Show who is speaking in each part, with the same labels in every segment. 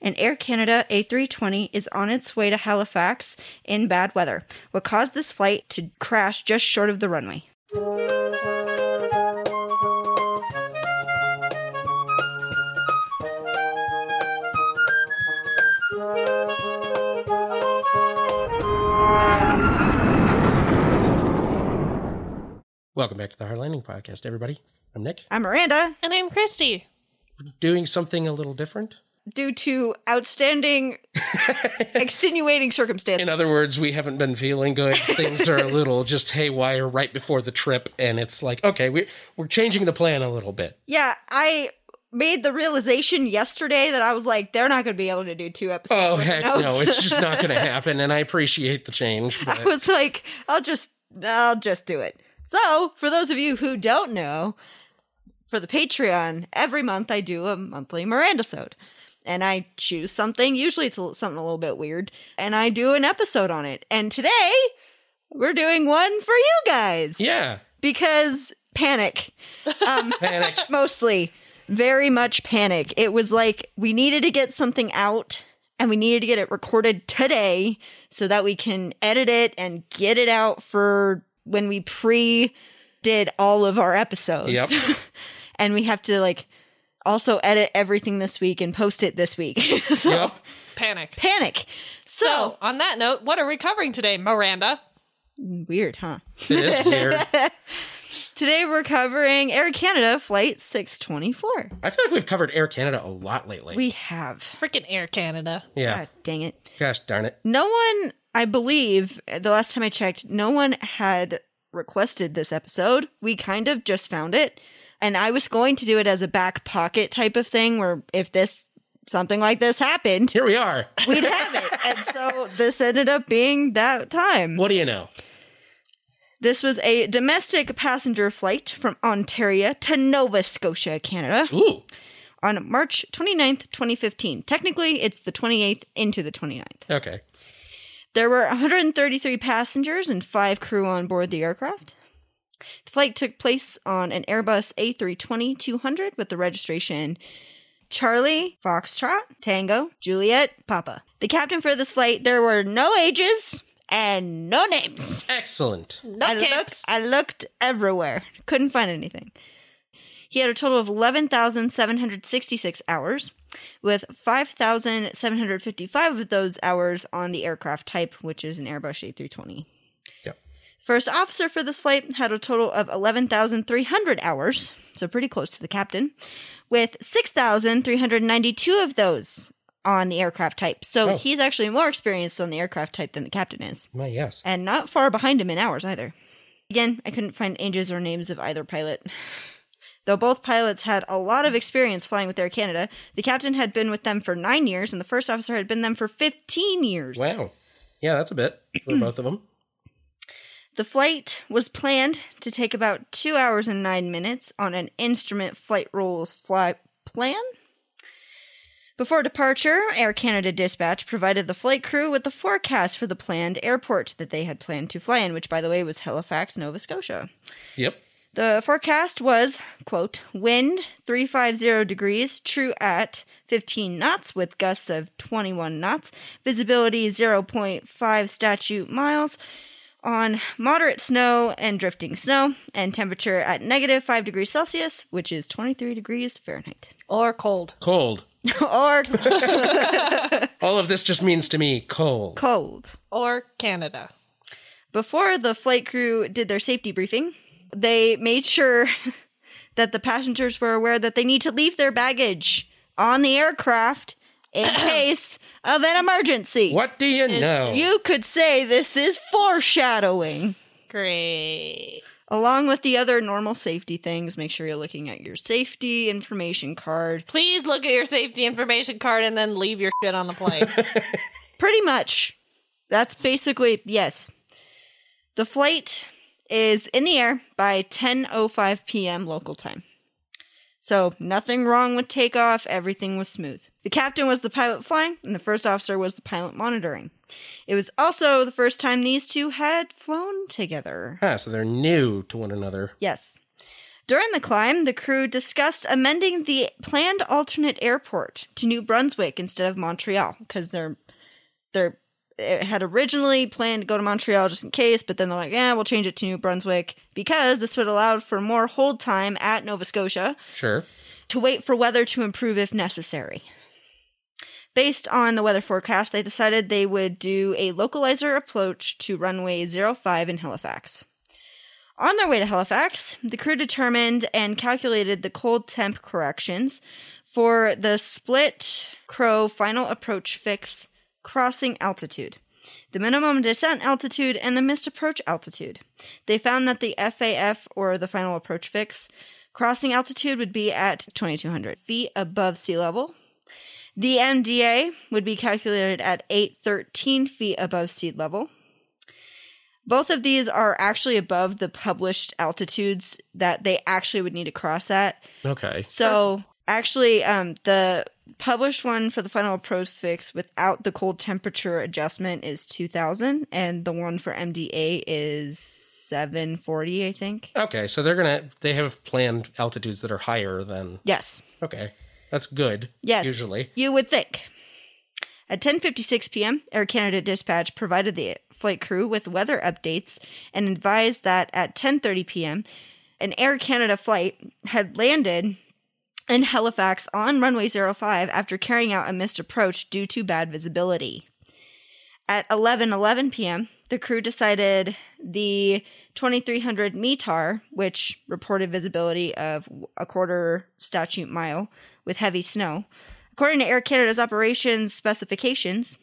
Speaker 1: An Air Canada A320 is on its way to Halifax in bad weather, what caused this flight to crash just short of the runway.
Speaker 2: Welcome back to the Hard Landing Podcast, everybody. I'm Nick.
Speaker 1: I'm Miranda.
Speaker 3: And I'm Christy.
Speaker 2: Doing something a little different.
Speaker 1: Due to outstanding, extenuating circumstances.
Speaker 2: In other words, we haven't been feeling good. Things are a little just haywire right before the trip, and it's like, okay, we're we're changing the plan a little bit.
Speaker 1: Yeah, I made the realization yesterday that I was like, they're not going to be able to do two episodes.
Speaker 2: Oh
Speaker 1: with
Speaker 2: heck
Speaker 1: notes.
Speaker 2: no, it's just not going to happen. And I appreciate the change,
Speaker 1: I
Speaker 2: but
Speaker 1: was like, I'll just I'll just do it. So, for those of you who don't know, for the Patreon, every month I do a monthly Miranda sode. And I choose something, usually it's a, something a little bit weird, and I do an episode on it. And today, we're doing one for you guys
Speaker 2: yeah,
Speaker 1: because panic
Speaker 2: panic.
Speaker 1: mostly very much panic. It was like we needed to get something out and we needed to get it recorded today so that we can edit it and get it out for when we pre did all of our episodes.
Speaker 2: Yep.
Speaker 1: and we have to like also edit everything this week and post it this week. so
Speaker 2: Yep.
Speaker 3: Panic.
Speaker 1: panic.
Speaker 3: So,
Speaker 1: So,
Speaker 3: on that note, what are we covering today, Miranda?
Speaker 1: weird, huh?
Speaker 2: It is weird.
Speaker 1: Today we're covering Air Canada flight 624.
Speaker 2: I feel like we've covered Air Canada a lot lately.
Speaker 1: We have.
Speaker 3: Freaking Air Canada.
Speaker 2: yeah.
Speaker 1: God dang it.
Speaker 2: Gosh darn it.
Speaker 1: No one, I believe, the last time I checked, no one had requested this episode. We kind of just found it. And I was going to do it as a back pocket type of thing where if this, something like this happened,
Speaker 2: Here we are.
Speaker 1: we'd have it. And so this ended up being that time.
Speaker 2: What do you know?
Speaker 1: This was a domestic passenger flight from Ontario to Nova Scotia, Canada
Speaker 2: Ooh.
Speaker 1: on March 29th, 2015. Technically, it's the 28th into the 29th.
Speaker 2: Okay.
Speaker 1: There were 133 passengers and five crew on board the aircraft. The flight took place on an Airbus A320 200 with the registration Charlie, Foxtrot, Tango, Juliet, Papa. The captain for this flight, there were no ages and no names.
Speaker 2: Excellent.
Speaker 3: No
Speaker 1: I looked,
Speaker 3: caps.
Speaker 1: I looked everywhere, couldn't find anything. He had a total of 11,766 hours, with 5,755 of those hours on the aircraft type, which is an Airbus A320.
Speaker 2: Yep.
Speaker 1: First officer for this flight had a total of 11,300 hours, so pretty close to the captain, with 6,392 of those on the aircraft type. So
Speaker 2: Oh.
Speaker 1: he's actually more experienced on the aircraft type than the captain is
Speaker 2: My yes.
Speaker 1: and not far behind him in hours either. Again, I couldn't find ages or names of either pilot. Though both pilots had a lot of experience flying with Air Canada, the captain had been with them for nine years and the first officer had been them for 15 years.
Speaker 2: Wow. Yeah, that's a bit for both of them.
Speaker 1: The flight was planned to take about two hours and nine minutes on an instrument flight rules fly plan. Before departure, Air Canada Dispatch provided the flight crew with the forecast for the planned airport that they had planned to fly in, which, by the way, was Halifax, Nova Scotia.
Speaker 2: Yep.
Speaker 1: The forecast was, quote, wind 350 degrees, true at 15 knots with gusts of 21 knots, visibility 0.5 statute miles, on moderate snow and drifting snow, and temperature at negative 5 degrees Celsius, which is 23 degrees Fahrenheit.
Speaker 3: or cold.
Speaker 2: Cold.
Speaker 1: or
Speaker 2: All of this just means to me cold.
Speaker 1: cold.
Speaker 3: Or Canada.
Speaker 1: Before the flight crew did their safety briefing, they made sure that the passengers were aware that they need to leave their baggage on the aircraft in case of an emergency.
Speaker 2: What do you know?
Speaker 1: You could say this is foreshadowing.
Speaker 3: Great.
Speaker 1: Along with the other normal safety things, make sure you're looking at your safety information card.
Speaker 3: Please look at your safety information card and then leave your shit on the plane.
Speaker 1: Pretty much. That's basically yes. The flight is in the air by 10:05 p.m. local time. So, nothing wrong with takeoff, everything was smooth. The captain was the pilot flying and the first officer was the pilot monitoring. It was also the first time these two had flown together.
Speaker 2: ah, so they're new to one another.
Speaker 1: Yes. During the climb, the crew discussed amending the planned alternate airport to New Brunswick instead of Montreal because they're they're it had originally planned to go to Montreal just in case, but then they're like, yeah, we'll change it to New Brunswick because this would allow for more hold time at Nova Scotia
Speaker 2: Sure.
Speaker 1: to wait for weather to improve if necessary. Based on the weather forecast, they decided they would do a localizer approach to runway 05 in Halifax. On their way to Halifax, the crew determined and calculated the cold temp corrections for the split crow final approach fix crossing altitude, the minimum descent altitude, and the missed approach altitude. They found that the FAF, or the final approach fix, crossing altitude would be at 2200 feet above sea level. The MDA would be calculated at 813 feet above sea level. Both of these are actually above the published altitudes that they actually would need to cross at.
Speaker 2: Okay.
Speaker 1: So actually, um, the published one for the final approach fix without the cold temperature adjustment is 2000, and the one for MDA is 740, I think.
Speaker 2: Okay. So they're gonna they have planned altitudes that are higher than
Speaker 1: Yes.
Speaker 2: okay. That's good.
Speaker 1: Yes.
Speaker 2: Usually.
Speaker 1: You would think. At 10:56 p.m., Air Canada dispatch provided the flight crew with weather updates and advised that at 10:30 p.m., an Air Canada flight had landed in Halifax on runway 05 after carrying out a missed approach due to bad visibility. At 11:11 p.m., the crew decided the 2300 METAR, which reported visibility of a quarter statute mile with heavy snow, according to Air Canada's operations specifications,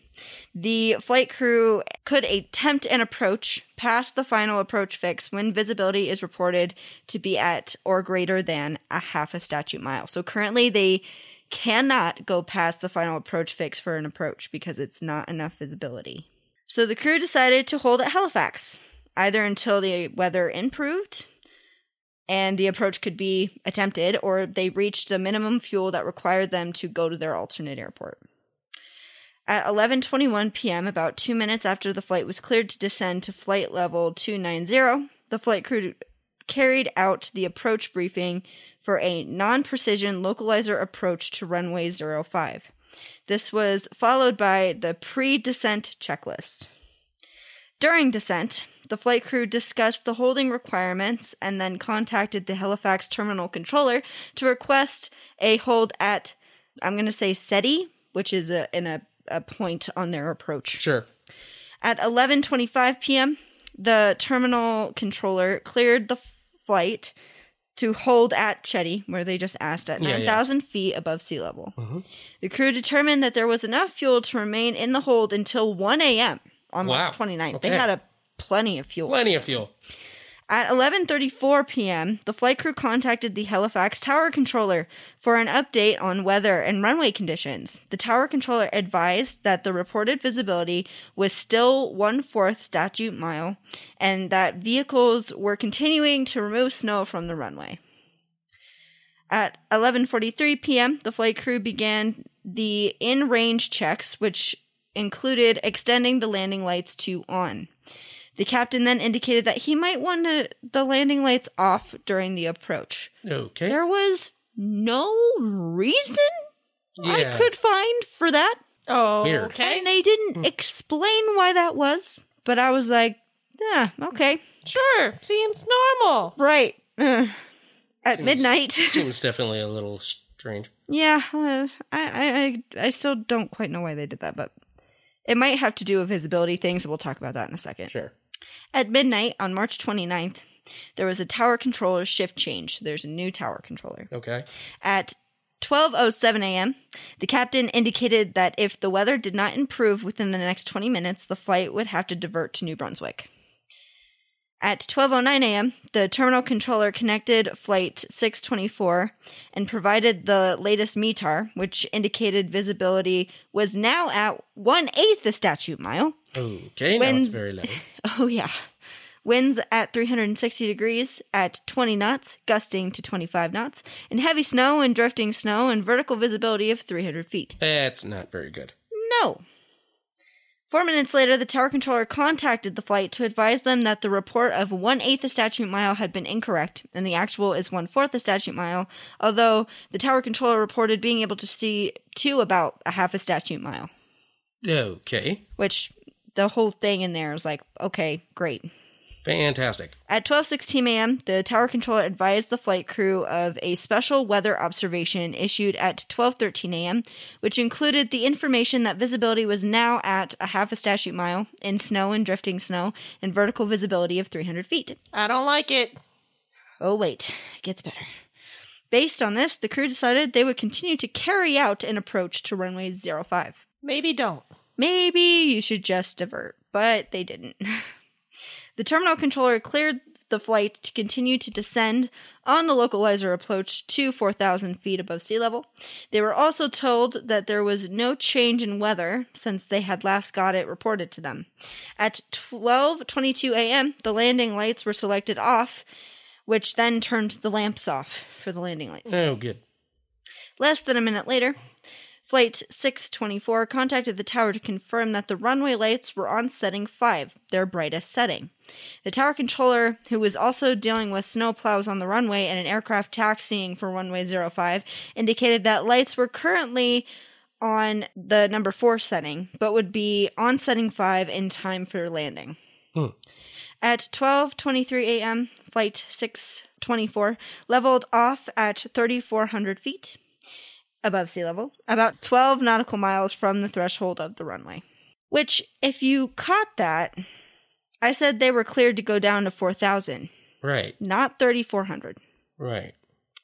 Speaker 1: the flight crew could attempt an approach past the final approach fix when visibility is reported to be at or greater than a half a statute mile. So currently they cannot go past the final approach fix for an approach because it's not enough visibility. So the crew decided to hold at Halifax, either until the weather improved and the approach could be attempted, or they reached a minimum fuel that required them to go to their alternate airport. At 11:21 p.m., about 2 minutes after the flight was cleared to descend to flight level 290, the flight crew carried out the approach briefing for a non-precision localizer approach to runway 05. This was followed by the pre-descent checklist. During descent, the flight crew discussed the holding requirements and then contacted the Halifax terminal controller to request a hold at, I'm going to say SETI, which is a, in a, a point on their approach.
Speaker 2: Sure.
Speaker 1: At 11:25 p.m., the terminal controller cleared the flight to hold at Chetty, where they just asked at
Speaker 2: Yeah, Mm-hmm. yeah.
Speaker 1: 9,000 feet above sea level. The crew determined that there was enough fuel to remain in the hold until 1 a.m. on
Speaker 2: Wow.
Speaker 1: March 29th. They
Speaker 2: Okay.
Speaker 1: had a plenty of fuel.
Speaker 2: Plenty of fuel.
Speaker 1: At 11:34 p.m., the flight crew contacted the Halifax tower controller for an update on weather and runway conditions. The tower controller advised that the reported visibility was still one-fourth statute mile, and that vehicles were continuing to remove snow from the runway. At 11:43 p.m., the flight crew began the in-range checks, which included extending the landing lights to on. The captain then indicated that he might want to, the landing lights off during the approach.
Speaker 2: Okay.
Speaker 1: There was no reason I
Speaker 2: Yeah.
Speaker 1: could find for that,
Speaker 3: Oh,
Speaker 2: Weird.
Speaker 3: okay.
Speaker 1: and they
Speaker 2: Hmm.
Speaker 1: didn't explain why that was. But I was like, yeah, okay,
Speaker 3: Sure. Seems normal.
Speaker 1: right. Ugh. At midnight,
Speaker 2: Seems definitely a little strange.
Speaker 1: Yeah, uh, I, I, I I still don't quite know why they did that, but it might have to do with visibility things. and We'll talk about that in a second.
Speaker 2: Sure.
Speaker 1: At midnight on March 29th, there was a tower controller shift change. There's a new tower controller.
Speaker 2: Okay.
Speaker 1: At 12:07 a.m., the captain indicated that if the weather did not improve within the next 20 minutes, the flight would have to divert to New Brunswick. At 12:09 a.m., the terminal controller connected flight 624 and provided the latest METAR, which indicated visibility was now at one eighth the statute mile.
Speaker 2: Okay. now
Speaker 1: When's-
Speaker 2: it's very low.
Speaker 1: Oh yeah, winds at 360 degrees at 20 knots, gusting to 25 knots, and heavy snow and drifting snow and vertical visibility of 300 feet.
Speaker 2: That's not very good.
Speaker 1: No. Four minutes later, the tower controller contacted the flight to advise them that the report of one eighth the statute mile had been incorrect, and the actual is one fourth the statute mile, although the tower controller reported being able to see to about a half a statute mile,
Speaker 2: Okay.
Speaker 1: which the whole thing in there is like, okay, great.
Speaker 2: Fantastic.
Speaker 1: At 12:16 a.m., the tower controller advised the flight crew of a special weather observation issued at 12:13 a.m., which included the information that visibility was now at a half a statute mile in snow and drifting snow and vertical visibility of 300 feet.
Speaker 3: I don't like it.
Speaker 1: Oh wait, it gets better. Based on this, the crew decided they would continue to carry out an approach to runway 05.
Speaker 3: Maybe don't.
Speaker 1: Maybe you should just divert, but they didn't. The terminal controller cleared the flight to continue to descend on the localizer approach to 4,000 feet above sea level. They were also told that there was no change in weather since they had last got it reported to them. At 12:22 a.m., the landing lights were selected off, which then turned the lamps off for the landing lights.
Speaker 2: Oh, good.
Speaker 1: Less than a minute later, Flight 624 contacted the tower to confirm that the runway lights were on setting 5, their brightest setting. The tower controller, who was also dealing with snow plows on the runway and an aircraft taxiing for runway 05, indicated that lights were currently on the number 4 setting, but would be on setting 5 in time for landing.
Speaker 2: Hmm.
Speaker 1: At 12:23 a.m., flight 624 leveled off at 3400 feet above sea level, about 12 nautical miles from the threshold of the runway. Which if you caught that, I said they were cleared to go down to 4000,
Speaker 2: Right.
Speaker 1: not 3400.
Speaker 2: Right.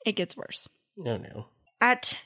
Speaker 1: It gets worse.
Speaker 2: Oh, no.
Speaker 1: At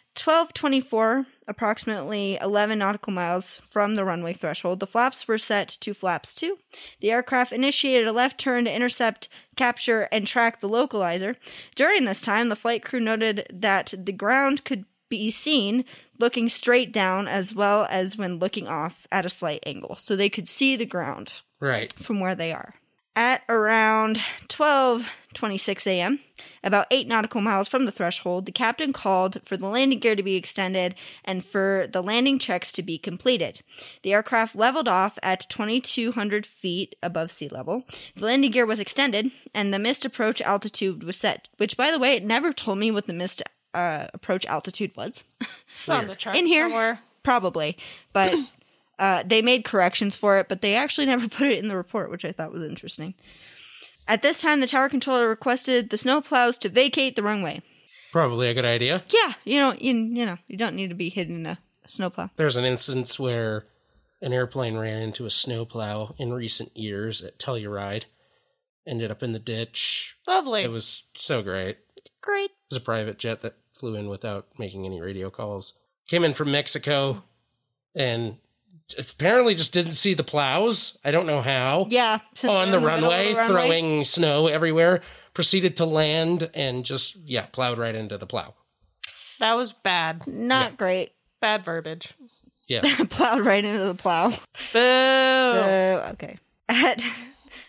Speaker 1: 12:24, approximately 11 nautical miles from the runway threshold, the flaps were set to flaps 2. The aircraft initiated a left turn to intercept, capture, and track the localizer. During this time, the flight crew noted that the ground could be seen looking straight down as well as when looking off at a slight angle, so they could see the ground
Speaker 2: Right.
Speaker 1: from where they are. At around 12:26 a.m., about 8 nautical miles from the threshold, the captain called for the landing gear to be extended and for the landing checks to be completed. The aircraft leveled off at 2200 feet above sea level. The landing gear was extended and the missed approach altitude was set, which by the way, it never told me what the missed uh, approach altitude was.
Speaker 3: It's on the chart
Speaker 1: In here.
Speaker 3: somewhere.
Speaker 1: Probably, but uh, they made corrections for it, but they actually never put it in the report, which I thought was interesting. At this time, the tower controller requested the snow plows to vacate the runway.
Speaker 2: Probably a good idea.
Speaker 1: Yeah, you know, you, you know, you don't need to be hidden in a snowplow.
Speaker 2: There's an instance where an airplane ran into a snowplow in recent years at Telluride, ended up in the ditch.
Speaker 3: Lovely.
Speaker 2: It was so great.
Speaker 1: Great.
Speaker 2: It was a private jet that flew in without making any radio calls. Came in from Mexico and apparently just didn't see the plows. I don't know how.
Speaker 1: Yeah. since
Speaker 2: On
Speaker 1: they're
Speaker 2: the,
Speaker 1: in middle of
Speaker 2: runway,
Speaker 1: the runway.
Speaker 2: throwing snow everywhere, proceeded to land and just, yeah, plowed right into the plow.
Speaker 3: that was bad.
Speaker 1: Not great.
Speaker 3: Bad verbiage.
Speaker 2: Yeah.
Speaker 1: Plowed right into the plow.
Speaker 3: Boo.
Speaker 1: Oh, okay. At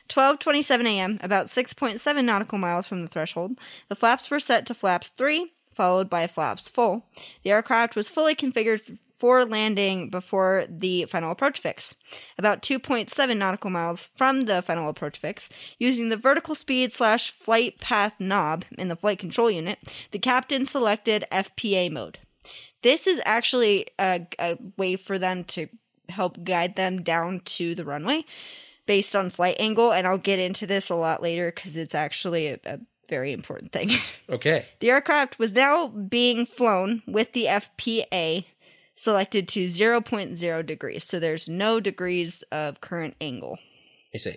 Speaker 1: 12:27 a.m., about 6.7 nautical miles from the threshold, the flaps were set to flaps 3, followed by flaps full. The aircraft was fully configured f- for landing before the final approach fix, about 2.7 nautical miles from the final approach fix, using the vertical speed slash flight path knob in the flight control unit. The captain selected FPA mode. This is actually a, a way for them to help guide them down to the runway based on flight angle. And I'll get into this a lot later because it's actually a, a very important thing.
Speaker 2: Okay.
Speaker 1: the aircraft was now being flown with the FPA selected to 0.0 degrees. So there's no degrees of current angle.
Speaker 2: I see.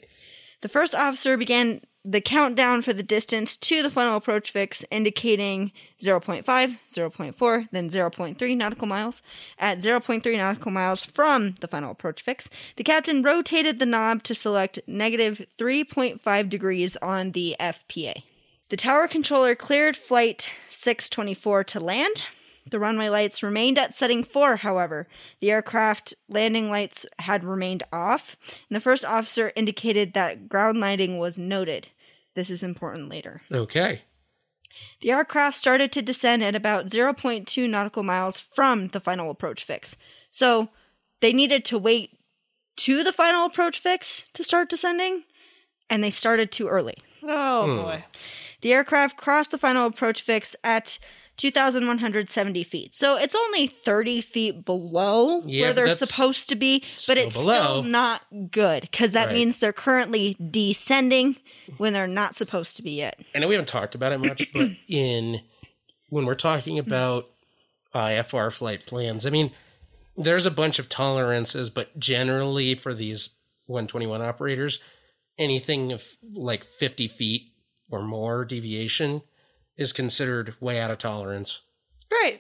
Speaker 1: The first officer began the countdown for the distance to the final approach fix, indicating 0.5, 0.4, then 0.3 nautical miles. At 0.3 nautical miles from the final approach fix, the captain rotated the knob to select negative 3.5 degrees on the FPA. The tower controller cleared flight 624 to land. The runway lights remained at setting 4, however. The aircraft landing lights had remained off, and the first officer indicated that ground lighting was noted. This is important later.
Speaker 2: Okay.
Speaker 1: The aircraft started to descend at about 0.2 nautical miles from the final approach fix. So they needed to wait to the final approach fix to start descending, and they started too early.
Speaker 3: Oh
Speaker 2: Hmm.
Speaker 3: boy.
Speaker 1: The aircraft crossed the final approach fix at 2,170 feet. So it's only 30 feet below
Speaker 2: Yeah,
Speaker 1: where
Speaker 2: but
Speaker 1: they're
Speaker 2: that's
Speaker 1: supposed to be, but
Speaker 2: still
Speaker 1: it's
Speaker 2: below.
Speaker 1: still not good because that
Speaker 2: Right.
Speaker 1: means they're currently descending when they're not supposed to be yet.
Speaker 2: I know we haven't talked about it much, but in when we're talking about IFR flight plans, I mean, there's a bunch of tolerances, but generally for these 121 operators, anything of like 50 feet or more deviation is considered way out of tolerance
Speaker 3: Great.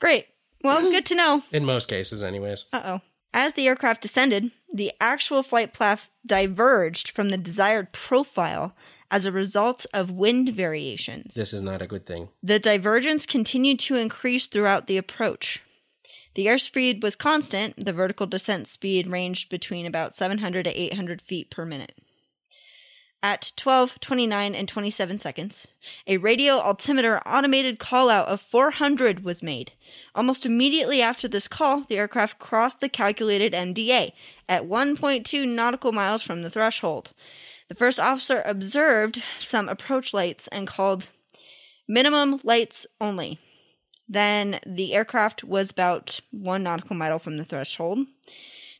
Speaker 1: Great. Well, good to know.
Speaker 2: in most cases, anyways.
Speaker 1: Uh oh. As the aircraft descended, the actual flight path diverged from the desired profile as a result of wind variations.
Speaker 2: This is not a good thing.
Speaker 1: The divergence continued to increase throughout the approach. The airspeed was constant. The vertical descent speed ranged between about 700 to 800 feet per minute. At 12, 29, and 27 seconds, a radio altimeter automated call out of 400 was made. Almost immediately after this call, the aircraft crossed the calculated MDA at 1.2 nautical miles from the threshold. The first officer observed some approach lights and called minimum lights only. Then the aircraft was about one nautical mile from the threshold.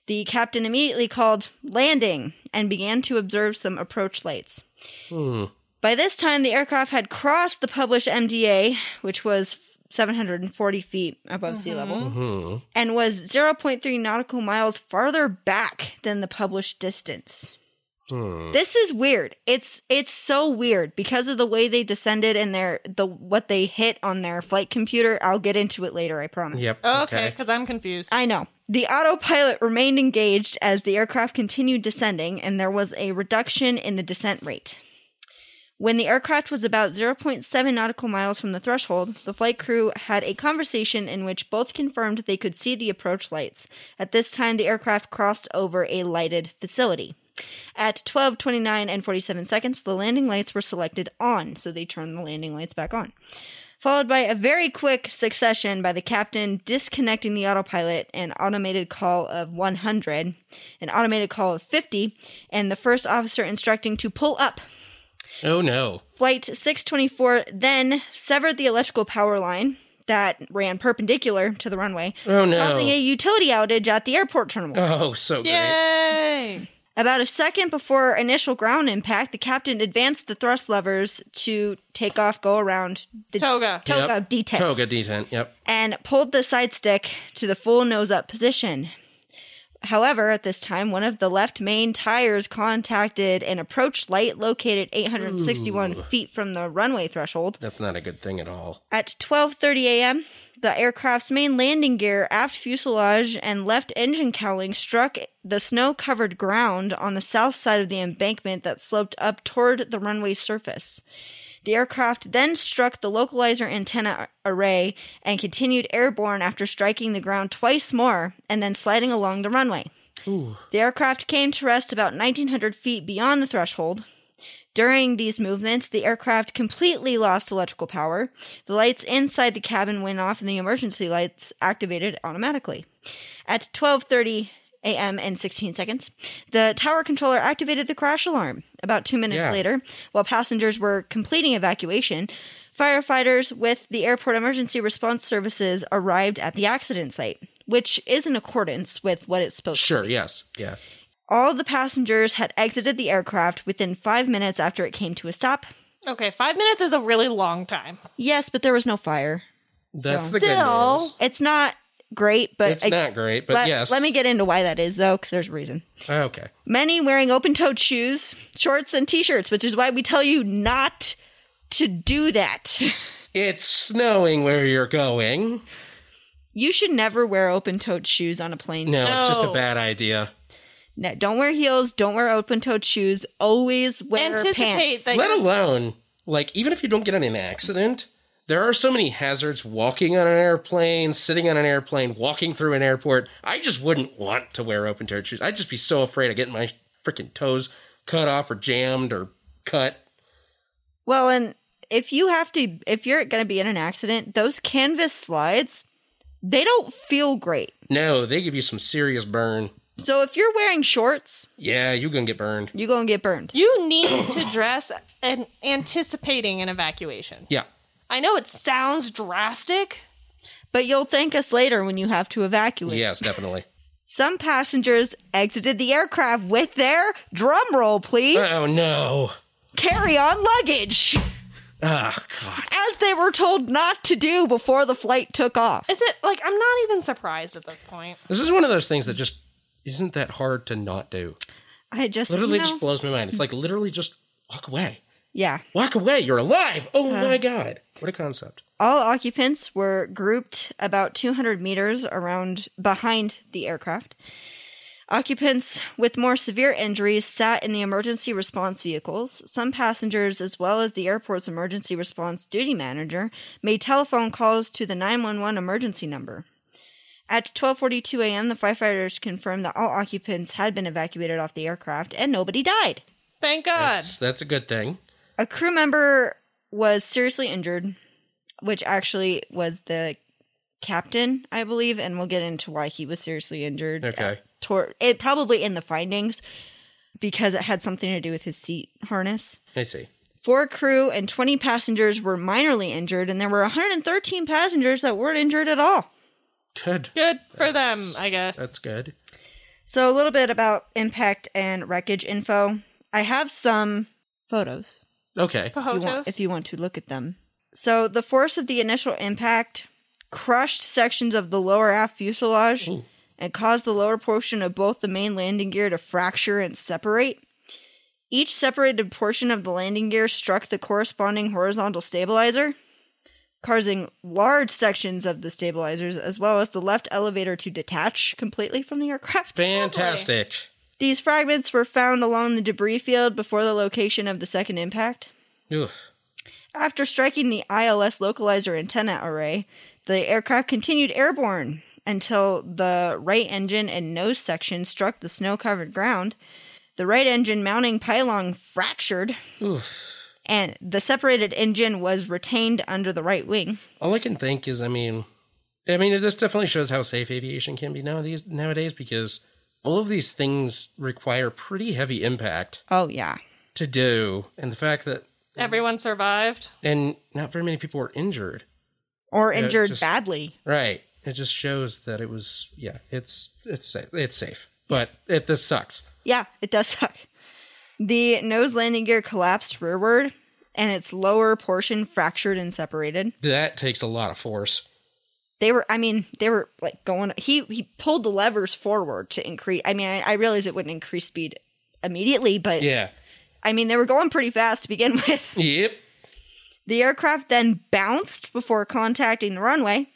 Speaker 1: The captain immediately called landing and began to observe some approach lights.
Speaker 2: Hmm.
Speaker 1: By this time, the aircraft had crossed the published MDA, which was 740 feet above sea level,
Speaker 2: Hmm.
Speaker 1: and was 0.3 nautical miles farther back than the published distance.
Speaker 2: Hmm.
Speaker 1: This is weird. It's it's so weird because of the way they descended and their the what they hit on their flight computer. I'll get into it later, I promise.
Speaker 2: Yep.
Speaker 3: Okay, because I'm confused.
Speaker 1: I know. The autopilot remained engaged as the aircraft continued descending and there was a reduction in the descent rate. When the aircraft was about 0.7 nautical miles from the threshold, the flight crew had a conversation in which both confirmed they could see the approach lights. At this time, the aircraft crossed over a lighted facility. At 12, 29, and 47 seconds, the landing lights were selected on, so they turned the landing lights back on. Followed by a very quick succession by the captain disconnecting the autopilot, an automated call of 100, an automated call of 50, and the first officer instructing to pull up.
Speaker 2: Oh no.
Speaker 1: Flight 624 then severed the electrical power line that ran perpendicular to the runway,
Speaker 2: Oh
Speaker 1: causing a
Speaker 2: no.
Speaker 1: utility outage at the airport terminal.
Speaker 2: Oh, so great.
Speaker 3: Yay!
Speaker 1: About a second before initial ground impact, the captain advanced the thrust levers to take off, go around, the
Speaker 3: Toga.
Speaker 1: toga
Speaker 2: Yep.
Speaker 1: detent,
Speaker 2: Toga detent. Yep.
Speaker 1: and pulled the side stick to the full nose up position. However, at this time, one of the left main tires contacted an approach light located 861 feet from the runway threshold.
Speaker 2: That's not a good thing at all.
Speaker 1: At 12:30 a.m., the aircraft's main landing gear, aft fuselage, and left engine cowling struck the snow-covered ground on the south side of the embankment that sloped up toward the runway surface. The aircraft then struck the localizer antenna array and continued airborne after striking the ground twice more and then sliding along the runway. The aircraft came to rest about 1900 feet beyond the threshold. During these movements, the aircraft completely lost electrical power. The lights inside the cabin went off and the emergency lights activated automatically. At 12:30 a.m. and 16 seconds, the tower controller activated the crash alarm. About 2 minutes
Speaker 2: Yeah.
Speaker 1: later, while passengers were completing evacuation, firefighters with the airport emergency response services arrived at the accident site, which is in accordance with what it's supposed to
Speaker 2: Sure. Yes. Yeah.
Speaker 1: all the passengers had exited the aircraft within five minutes after it came to a stop.
Speaker 3: Okay, five minutes is a really long time.
Speaker 1: Yes, but there was no fire.
Speaker 2: That's
Speaker 1: So-
Speaker 2: the good
Speaker 3: Still-
Speaker 2: news.
Speaker 1: It's not great, but
Speaker 2: It's
Speaker 1: I-
Speaker 2: not great, but
Speaker 1: let,
Speaker 2: yes. Ah,
Speaker 1: let me get into why that is, though, because there's a reason.
Speaker 2: Okay.
Speaker 1: Many wearing open toed shoes, shorts, and t shirts, which is why we tell you not to do that.
Speaker 2: It's snowing where you're going.
Speaker 1: you should never wear open toed shoes on a plane.
Speaker 2: No, it's just a
Speaker 3: No.
Speaker 2: bad idea.
Speaker 1: No, don't wear heels, don't wear open toed shoes, always wear
Speaker 3: Anticipate
Speaker 1: pants.
Speaker 3: that
Speaker 2: Let
Speaker 3: you're-
Speaker 2: alone, like, even if you don't get in an accident, there are so many hazards walking on an airplane, sitting on an airplane, walking through an airport. I just wouldn't want to wear open toed shoes. I'd just be so afraid of getting my freaking toes cut off or jammed or cut.
Speaker 1: Well, and if you have to, if you're going to be in an accident, those canvas slides, they don't feel great.
Speaker 2: No, they give you some serious burn.
Speaker 1: So if you're wearing shorts,
Speaker 2: Yeah, you're gonna get burned.
Speaker 1: you're going to get burned.
Speaker 3: You need to dress an, anticipating an evacuation.
Speaker 2: Yeah.
Speaker 3: I know it sounds drastic.
Speaker 1: But you'll thank us later when you have to evacuate.
Speaker 2: Yes, definitely.
Speaker 1: Some passengers exited the aircraft with their drum roll, please.
Speaker 2: oh no.
Speaker 1: Carry on luggage,
Speaker 2: Oh god.
Speaker 1: as they were told not to do before the flight took off.
Speaker 3: Is it like I'm not even surprised at this point?
Speaker 2: This is one of those things that just isn't that hard to not do.
Speaker 1: I just,
Speaker 2: Literally
Speaker 1: you know,
Speaker 2: just blows my mind. It's like literally just walk away.
Speaker 1: yeah.
Speaker 2: Walk away. You're alive. Oh my god. What a concept.
Speaker 1: All occupants were grouped about 200 meters around behind the aircraft. Occupants with more severe injuries sat in the emergency response vehicles. Some passengers, as well as the airport's emergency response duty manager, made telephone calls to the 911 emergency number. At 12:42 a.m., the firefighters confirmed that all occupants had been evacuated off the aircraft and nobody died.
Speaker 3: Thank God.
Speaker 2: That's, that's a good thing.
Speaker 1: A crew member was seriously injured, which actually was the captain, I believe, and we'll get into why he was seriously injured.
Speaker 2: Okay.
Speaker 1: Tor- it probably in the findings because it had something to do with his seat harness.
Speaker 2: I see.
Speaker 1: Four crew and 20 passengers were minorly injured, and there were 113 passengers that weren't injured at all.
Speaker 2: Good.
Speaker 3: Good for them, I guess.
Speaker 2: That's good.
Speaker 1: So, a little bit about impact and wreckage info. I have some photos.
Speaker 2: Okay.
Speaker 1: you
Speaker 3: Pohotos?
Speaker 1: want, if you want to look at them. So the force of the initial impact crushed sections of the lower aft fuselage and caused the lower portion of both the main landing gear to fracture and separate. Each separated portion of the landing gear struck the corresponding horizontal stabilizer, causing large sections of the stabilizers as well as the left elevator to detach completely from the aircraft.
Speaker 2: Fantastic.
Speaker 1: These fragments were found along the debris field before the location of the second impact.
Speaker 2: Oof.
Speaker 1: After striking the ILS localizer antenna array, the aircraft continued airborne until the right engine and nose section struck the snow covered ground. The right engine mounting pylon fractured,
Speaker 2: Oof.
Speaker 1: and the separated engine was retained under the right wing.
Speaker 2: All I can think is, I mean, I mean, this definitely shows how safe aviation can be nowadays. Nowadays, because all of these things require pretty heavy impact
Speaker 1: Oh, yeah.
Speaker 2: to do, and the fact that
Speaker 3: Everyone survived.
Speaker 2: and not very many people were injured.
Speaker 1: Or
Speaker 2: Yeah, it
Speaker 1: injured
Speaker 2: just-
Speaker 1: badly.
Speaker 2: Right. It just shows that it was. Yeah. It's it's safe. It's safe. But it this sucks.
Speaker 1: Yeah, it does suck. The nose landing gear collapsed rearward, and its lower portion fractured and separated.
Speaker 2: That takes a lot of force.
Speaker 1: they were i mean they were like going he he pulled the levers forward to increase i mean i, I realize it wouldn't increase speed immediately but
Speaker 2: Yeah.
Speaker 1: i mean they were going pretty fast to begin with
Speaker 2: Yep.
Speaker 1: the aircraft then bounced before contacting the runway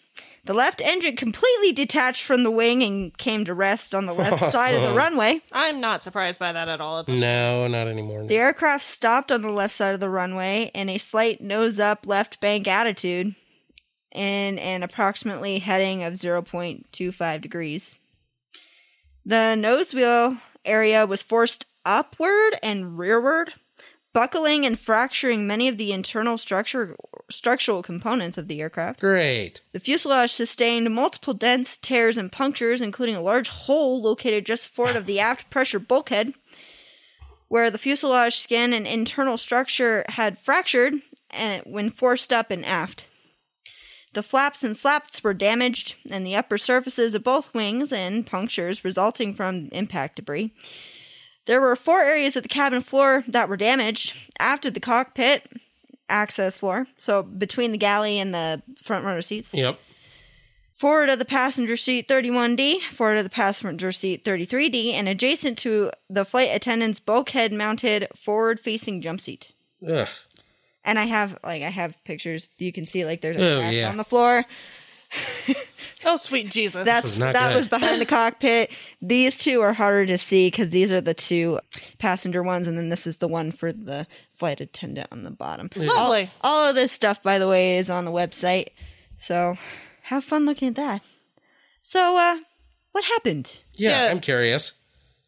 Speaker 1: the left engine completely detached from the wing and came to rest on the left side of the
Speaker 2: Awesome.
Speaker 1: runway
Speaker 3: I'm not surprised by that at all.
Speaker 2: Mm. No, not anymore.
Speaker 1: the aircraft stopped on the left side of the runway in a slight nose up left bank attitude in an approximately heading of 0.25 degrees. The nose wheel area was forced upward and rearward, buckling and fracturing many of the internal structure, structural components of the aircraft.
Speaker 2: Great.
Speaker 1: The fuselage sustained multiple dents, tears, and punctures, including a large hole located just forward of the aft pressure bulkhead, where the fuselage skin and internal structure had fractured and when forced up and aft. The flaps and slaps were damaged, and the upper surfaces of both wings and punctures resulting from impact debris. There were four areas of the cabin floor that were damaged after the cockpit access floor, so between the galley and the front row seats.
Speaker 2: Yep.
Speaker 1: Forward of the passenger seat 31D, forward of the passenger seat 33D, and adjacent to the flight attendant's bulkhead mounted forward facing jump seat.
Speaker 2: Ugh.
Speaker 1: And I have like I have pictures. You can see like there's a
Speaker 2: Oh,
Speaker 1: crack
Speaker 2: yeah.
Speaker 1: on the floor.
Speaker 3: Oh, sweet Jesus.
Speaker 1: That's
Speaker 2: was not
Speaker 1: that
Speaker 2: good.
Speaker 1: was behind the cockpit. These two are harder to see because these are the two passenger ones, and then this is the one for the flight attendant on the bottom.
Speaker 3: Lovely.
Speaker 1: All of this stuff, by the way, is on the website. So have fun looking at that. So uh what happened?
Speaker 2: Yeah,
Speaker 3: Yeah.
Speaker 2: I'm curious.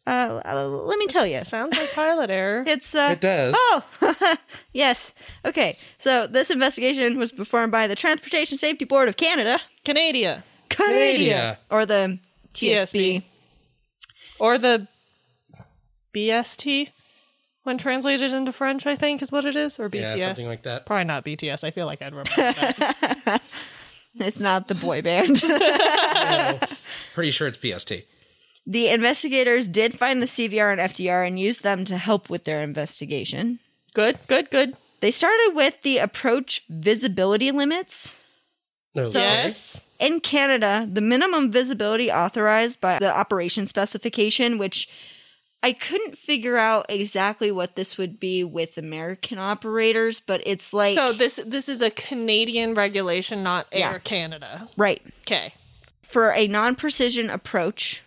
Speaker 1: Uh, uh, let me tell you.
Speaker 3: Sounds like pilot error.
Speaker 1: It's uh,
Speaker 2: It does.
Speaker 1: Oh, yes. Okay. So this investigation was performed by the Transportation Safety Board of Canada,
Speaker 3: Canada.
Speaker 1: Canada,
Speaker 2: Canada.
Speaker 1: or the TSB.
Speaker 3: TSB. Or the BST when translated into French, I think is what it is, or BTS.
Speaker 2: Yeah, something like that.
Speaker 3: Probably not BTS. I feel like I'd remember that.
Speaker 1: It's not the boy band.
Speaker 2: Pretty sure it's PST.
Speaker 1: the investigators did find the CVR and FDR and used them to help with their investigation.
Speaker 3: Good, good, good.
Speaker 1: They started with the approach visibility limits.
Speaker 2: Okay.
Speaker 3: Yes.
Speaker 1: In Canada, the minimum visibility authorized by the operation specification, which I couldn't figure out exactly what this would be with American operators, but it's like
Speaker 3: So this this is a Canadian regulation, not Air
Speaker 1: Yeah.
Speaker 3: Canada.
Speaker 1: right.
Speaker 3: Okay.
Speaker 1: for a non precision approach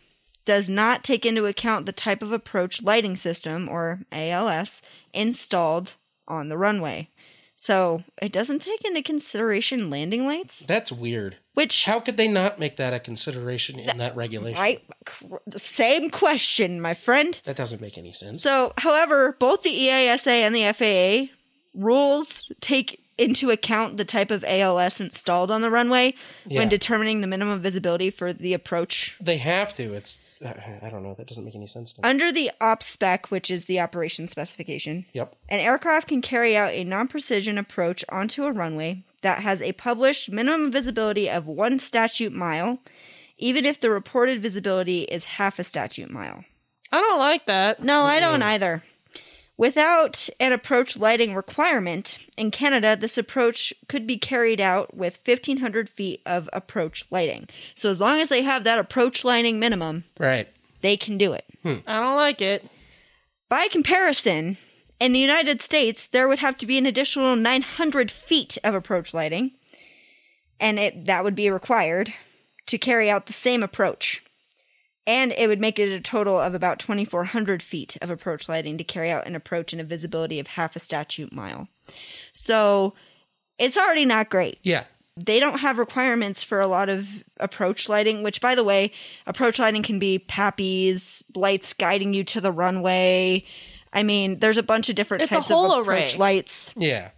Speaker 1: does not take into account the type of approach lighting system or ALS installed on the runway. So it doesn't take into consideration landing lights,
Speaker 2: That's weird.
Speaker 1: which
Speaker 2: How could they not make that a consideration in that regulation?
Speaker 1: I cr- same question, my friend.
Speaker 2: That doesn't make any sense.
Speaker 1: So, however, both the E EASA and the FAA rules take into account the type of ALS installed on the runway
Speaker 2: Yeah.
Speaker 1: when determining the minimum visibility for the approach
Speaker 2: They have to. It's I don't know. That doesn't make any sense. To me.
Speaker 1: Under the op spec, which is the operation specification,
Speaker 2: Yep.
Speaker 1: an aircraft can carry out a non precision approach onto a runway that has a published minimum visibility of one statute mile, even if the reported visibility is half a statute mile.
Speaker 3: I don't like that.
Speaker 1: No, I don't either. Without an approach lighting requirement, in Canada, this approach could be carried out with 1,500 feet of approach lighting. So, as long as they have that approach lighting minimum,
Speaker 2: Right.
Speaker 1: they can do it.
Speaker 3: I don't like it.
Speaker 1: By comparison, in the United States, there would have to be an additional 900 feet of approach lighting, and it, that would be required to carry out the same approach. And it would make it a total of about 2,400 feet of approach lighting to carry out an approach in a visibility of half a statute mile. So it's already not great
Speaker 2: Yeah.
Speaker 1: they don't have requirements for a lot of approach lighting, which, by the way, approach lighting can be pappies, lights guiding you to the runway. I mean, there's a bunch of different
Speaker 3: It's a
Speaker 1: types
Speaker 3: whole
Speaker 1: of approach
Speaker 3: array.
Speaker 1: lights,
Speaker 2: Yeah.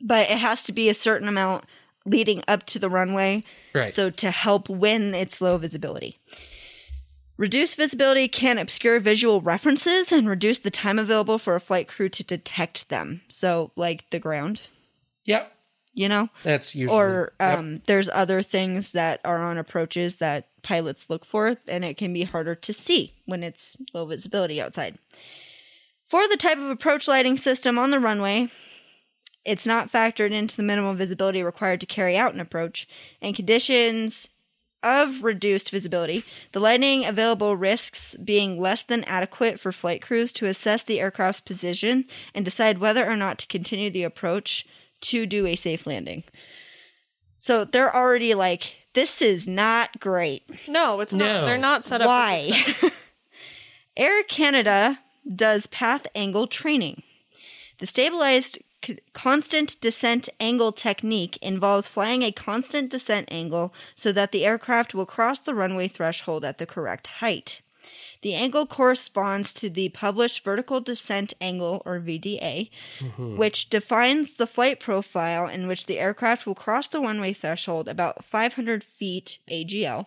Speaker 1: but it has to be a certain amount leading up to the runway.
Speaker 2: Right.
Speaker 1: So to help when it's low visibility. Reduced visibility can obscure visual references and reduce the time available for a flight crew to detect them. So, like the ground,
Speaker 2: yep.
Speaker 1: you know?
Speaker 2: That's usually
Speaker 1: or
Speaker 2: yep.
Speaker 1: um, there's other things that are on approaches that pilots look for, and it can be harder to see when it's low visibility outside. For the type of approach lighting system on the runway, it's not factored into the minimum visibility required to carry out an approach, and conditions of reduced visibility, the lighting available risks being less than adequate for flight crews to assess the aircraft's position and decide whether or not to continue the approach to do a safe landing. So they're already like, this is not great.
Speaker 3: No, it's not.
Speaker 2: No.
Speaker 3: They're not set up. for success.
Speaker 1: Why? Air Canada does path angle training. The stabilized c- constant descent angle technique involves flying a constant descent angle so that the aircraft will cross the runway threshold at the correct height. The angle corresponds to the published vertical descent angle, or VDA, which defines the flight profile in which the aircraft will cross the runway threshold about 500 feet AGL,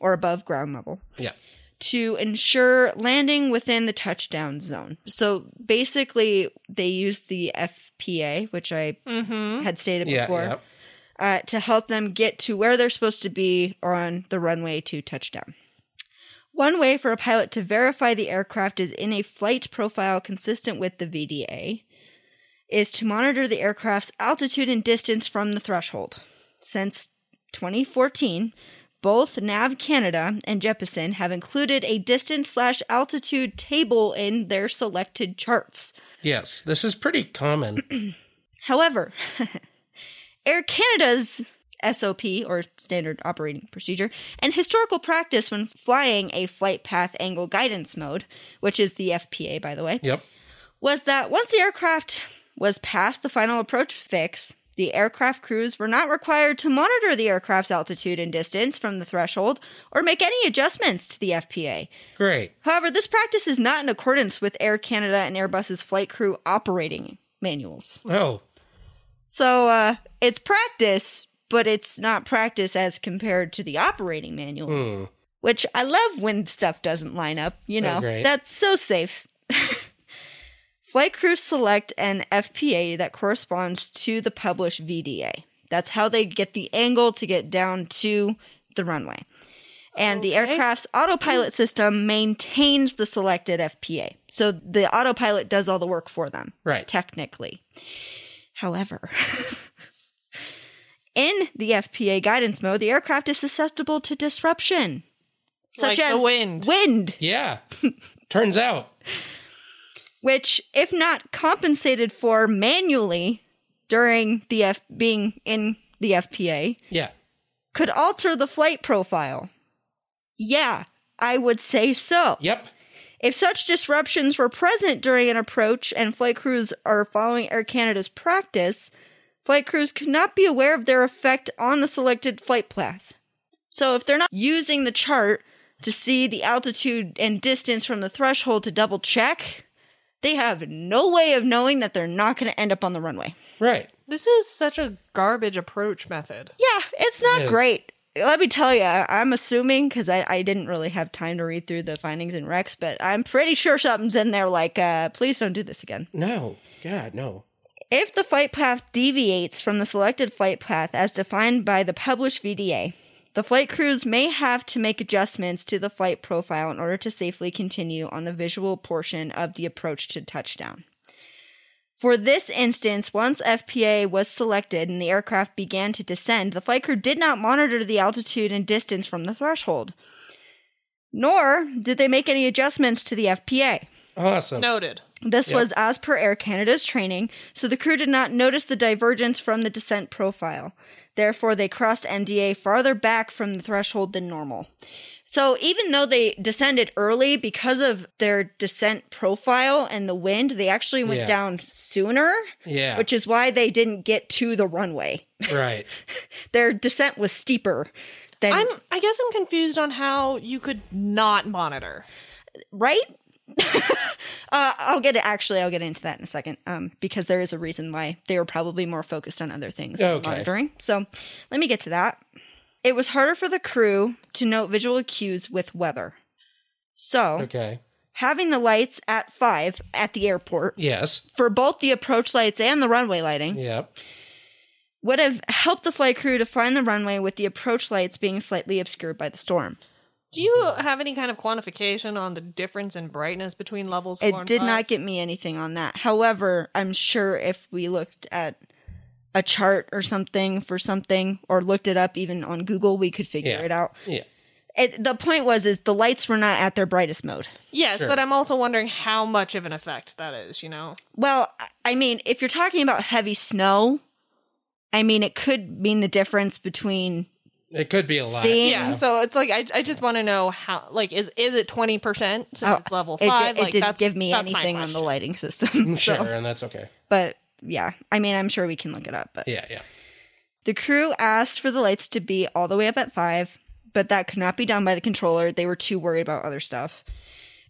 Speaker 1: or above ground level
Speaker 2: Yeah.
Speaker 1: to ensure landing within the touchdown zone. So basically, they use the FPA, which I had stated
Speaker 2: Yeah.
Speaker 1: before,
Speaker 2: yep.
Speaker 1: uh, to help them get to where they're supposed to be on the runway to touchdown. One way for a pilot to verify the aircraft is in a flight profile consistent with the VDA is to monitor the aircraft's altitude and distance from the threshold. Since 2014, both Nav Canada and Jeppesen have included a distance slash altitude table in their selected charts.
Speaker 2: Yes. This is pretty common.
Speaker 1: However, Air Canada's SOP or standard operating procedure and historical practice when flying a flight path angle guidance mode, which is the FPA by the way,
Speaker 2: yep.
Speaker 1: was that once the aircraft was past the final approach fix, the aircraft crews were not required to monitor the aircraft's altitude and distance from the threshold or make any adjustments to the FPA.
Speaker 2: Great.
Speaker 1: However, this practice is not in accordance with Air Canada and Airbus's flight crew operating manuals.
Speaker 2: Oh.
Speaker 1: So uh, it's practice, but it's not practice as compared to the operating manual. which I love when stuff doesn't line up. You
Speaker 2: Hmm. So
Speaker 1: know,
Speaker 2: great.
Speaker 1: that's so safe. Flight crews select an FPA that corresponds to the published VDA. That's how they get the angle to get down to the runway. And the
Speaker 3: Okay. Mm.
Speaker 1: aircraft's autopilot system maintains the selected FPA. So the autopilot does all the work for them
Speaker 2: Right.
Speaker 1: technically. However, in the FPA guidance mode, the aircraft is susceptible to disruption, such
Speaker 3: Like the
Speaker 1: as
Speaker 3: wind.
Speaker 1: wind,
Speaker 2: Yeah. Turns out.
Speaker 1: which, if not compensated for manually during the F- being in the FPA,
Speaker 2: Yeah.
Speaker 1: could alter the flight profile. Yeah, I would say so.
Speaker 2: Yep.
Speaker 1: If such disruptions were present during an approach and flight crews are following Air Canada's practice, flight crews could not be aware of their effect on the selected flight path. So if they're not using the chart to see the altitude and distance from the threshold to double check, they have no way of knowing that they're not going to end up on the runway.
Speaker 2: Right.
Speaker 3: This is such a garbage approach method.
Speaker 1: Yeah, it's not
Speaker 2: It is.
Speaker 1: great. Let me tell you, I'm assuming because I, I didn't really have time to read through the findings and recs, but I'm pretty sure something's in there like, uh, please don't do this again.
Speaker 2: No. God, no.
Speaker 1: If the flight path deviates from the selected flight path as defined by the published VDA, the flight crews may have to make adjustments to the flight profile in order to safely continue on the visual portion of the approach to touchdown. For this instance, once FPA was selected and the aircraft began to descend, the flight crew did not monitor the altitude and distance from the threshold, nor did they make any adjustments to the FPA.
Speaker 2: Awesome.
Speaker 3: Noted.
Speaker 1: This
Speaker 2: Yep.
Speaker 1: was as per Air Canada's training, so the crew did not notice the divergence from the descent profile. Therefore, they crossed MDA farther back from the threshold than normal. So, even though they descended early because of their descent profile and the wind, they actually went
Speaker 2: Yeah.
Speaker 1: down sooner,
Speaker 2: Yeah.
Speaker 1: which is why they didn't get to the runway.
Speaker 2: right.
Speaker 1: Their descent was steeper than
Speaker 3: I'm I guess I'm confused on how you could not monitor.
Speaker 1: right? uh, I'll get it. Actually, I'll get into that in a second um, because there is a reason why they were probably more focused on other things than
Speaker 2: Okay.
Speaker 1: monitoring. So let me get to that. It was harder for the crew to note visual cues with weather. So
Speaker 2: Okay.
Speaker 1: having the lights at five at the airport
Speaker 2: Yes.
Speaker 1: for both the approach lights and the runway lighting
Speaker 2: Yep.
Speaker 1: would have helped the flight crew to find the runway with the approach lights being slightly obscured by the storm.
Speaker 3: Do you have any kind of quantification on the difference in brightness between levels? four
Speaker 1: It
Speaker 3: and
Speaker 1: did
Speaker 3: five?
Speaker 1: not get me anything on that. However, I'm sure if we looked at a chart or something for something or looked it up even on Google, we could figure
Speaker 2: Yeah.
Speaker 1: it out.
Speaker 2: Yeah.
Speaker 1: It, the point was is the lights were not at their brightest mode.
Speaker 3: Yes,
Speaker 2: Sure.
Speaker 3: but I'm also wondering how much of an effect that is. You know,
Speaker 1: Well, I- I mean, if you're talking about heavy snow, I mean, it could mean the difference between
Speaker 2: It could be a lot.
Speaker 1: Seeing-
Speaker 3: yeah. So it's like I, I just want to know how like is is it twenty percent since
Speaker 1: Oh,
Speaker 3: it's level
Speaker 1: it,
Speaker 3: five?
Speaker 1: di- it
Speaker 3: like
Speaker 1: didn't
Speaker 3: that's-
Speaker 1: give me
Speaker 3: that's my
Speaker 1: anything on the
Speaker 3: question.
Speaker 1: lighting system.
Speaker 2: Sure,
Speaker 1: So,
Speaker 2: and that's okay.
Speaker 1: but yeah, I mean, I'm sure we can look it up. But
Speaker 2: Yeah, yeah.
Speaker 1: The crew asked for the lights to be all the way up at 5, but that could not be done by the controller. They were too worried about other stuff.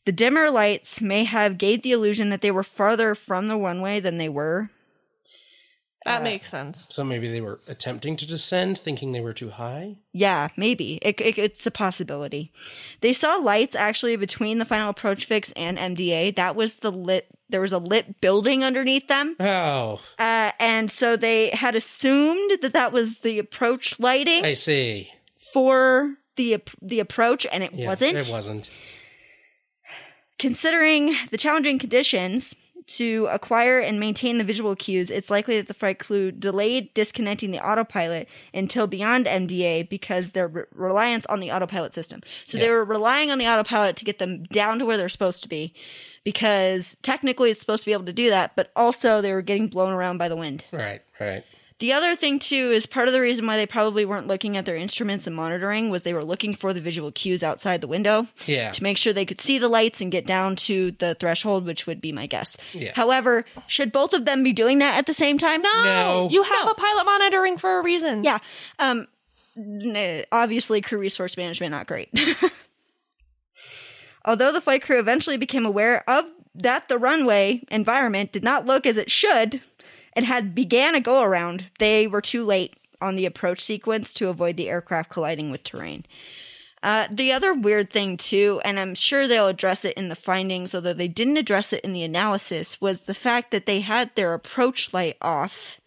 Speaker 1: The dimmer lights may have gave the illusion that they were farther from the runway than they were.
Speaker 3: That makes sense.
Speaker 2: So maybe they were attempting to descend, thinking they were too high.
Speaker 1: Yeah, maybe. It, it- it's a possibility. They saw lights actually between the final approach fix and MDA. That was the lit, there was a lit building underneath them.
Speaker 2: Oh,
Speaker 1: Uh, and so they had assumed that that was the approach lighting
Speaker 2: I see.
Speaker 1: for the ap- the approach, and it
Speaker 2: Yeah,
Speaker 1: wasn't.
Speaker 2: It wasn't.
Speaker 1: Considering the challenging conditions to acquire and maintain the visual cues, it's likely that the flight crew delayed disconnecting the autopilot until beyond MDA because their re- reliance on the autopilot system. So they
Speaker 2: Yeah.
Speaker 1: were relying on the autopilot to get them down to where they're supposed to be because technically it's supposed to be able to do that, but also they were getting blown around by the wind.
Speaker 2: Right, right.
Speaker 1: The other thing too is part of the reason why they probably weren't looking at their instruments and monitoring was they were looking for the visual cues outside the window
Speaker 2: Yeah.
Speaker 1: to make sure they could see the lights and get down to the threshold, which would be my guess.
Speaker 2: Yeah.
Speaker 1: However, should both of them be doing that at the same time?
Speaker 3: No,
Speaker 2: No.
Speaker 3: Oh, you have a pilot monitoring for a reason.
Speaker 1: Yeah. Um, n- obviously, crew resource management not great. Although the flight crew eventually became aware of that the runway environment did not look as it should and had began a go around, they were too late on the approach sequence to avoid the aircraft colliding with terrain. Uh, the other weird thing, too, and I'm sure they'll address it in the findings, although they didn't address it in the analysis, was the fact that they had their approach light off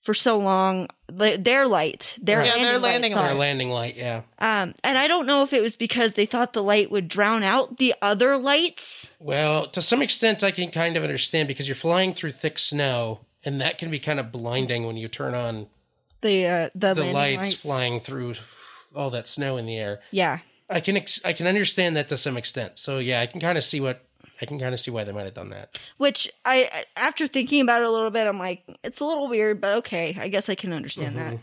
Speaker 1: for so long. li- Their light, their
Speaker 2: Right.
Speaker 3: Yeah, their
Speaker 1: landing
Speaker 3: landing
Speaker 1: lights
Speaker 3: light.
Speaker 2: Our
Speaker 1: off.
Speaker 2: landing light, yeah.
Speaker 1: Um, and I don't know if it was because they thought the light would drown out the other lights.
Speaker 2: Well, to some extent, I can kind of understand because you're flying through thick snow, and that can be kind of blinding when you turn on
Speaker 1: The uh, the,
Speaker 2: the
Speaker 1: landing
Speaker 2: lights,
Speaker 1: lights
Speaker 2: flying through all that snow in the air.
Speaker 1: Yeah.
Speaker 2: I can ex- I can understand that to some extent. So yeah, I can kind of see what I can kind of see why they might have done that.
Speaker 1: Which I, I- after thinking about it a little bit, I'm like, it's a little weird, but okay, I guess I can understand that.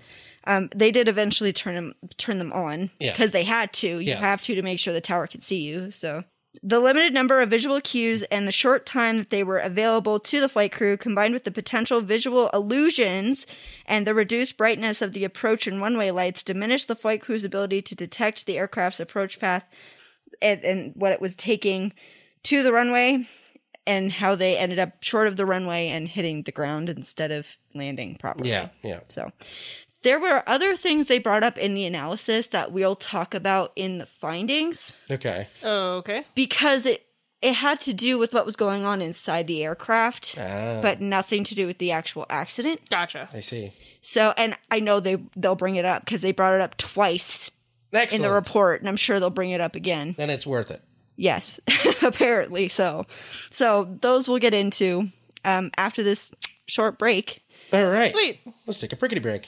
Speaker 1: Um, they did eventually turn them turn them on
Speaker 2: Mm-hmm. Yeah.
Speaker 1: because they had to. You
Speaker 2: Yeah.
Speaker 1: have to to make sure the tower could see you. So the limited number of visual cues and the short time that they were available to the flight crew, combined with the potential visual illusions and the reduced brightness of the approach and runway lights, diminished the flight crew's ability to detect the aircraft's approach path and, and what it was taking to the runway and how they ended up short of the runway and hitting the ground instead of landing properly.
Speaker 2: Yeah, yeah.
Speaker 1: So there were other things they brought up in the analysis that we'll talk about in the findings
Speaker 2: Okay.
Speaker 3: Oh, okay.
Speaker 1: because it it had to do with what was going on inside the aircraft.
Speaker 2: Ah,
Speaker 1: But nothing to do with the actual accident.
Speaker 3: Gotcha.
Speaker 2: I see.
Speaker 1: So, and I know they they'll bring it up because they brought it up twice
Speaker 2: Excellent.
Speaker 1: in the report, and I'm sure they'll bring it up again.
Speaker 2: Then it's worth it.
Speaker 1: Yes, apparently so. So those we'll get into um, after this short break.
Speaker 2: All right.
Speaker 3: Sweet.
Speaker 2: Let's take a prickety break.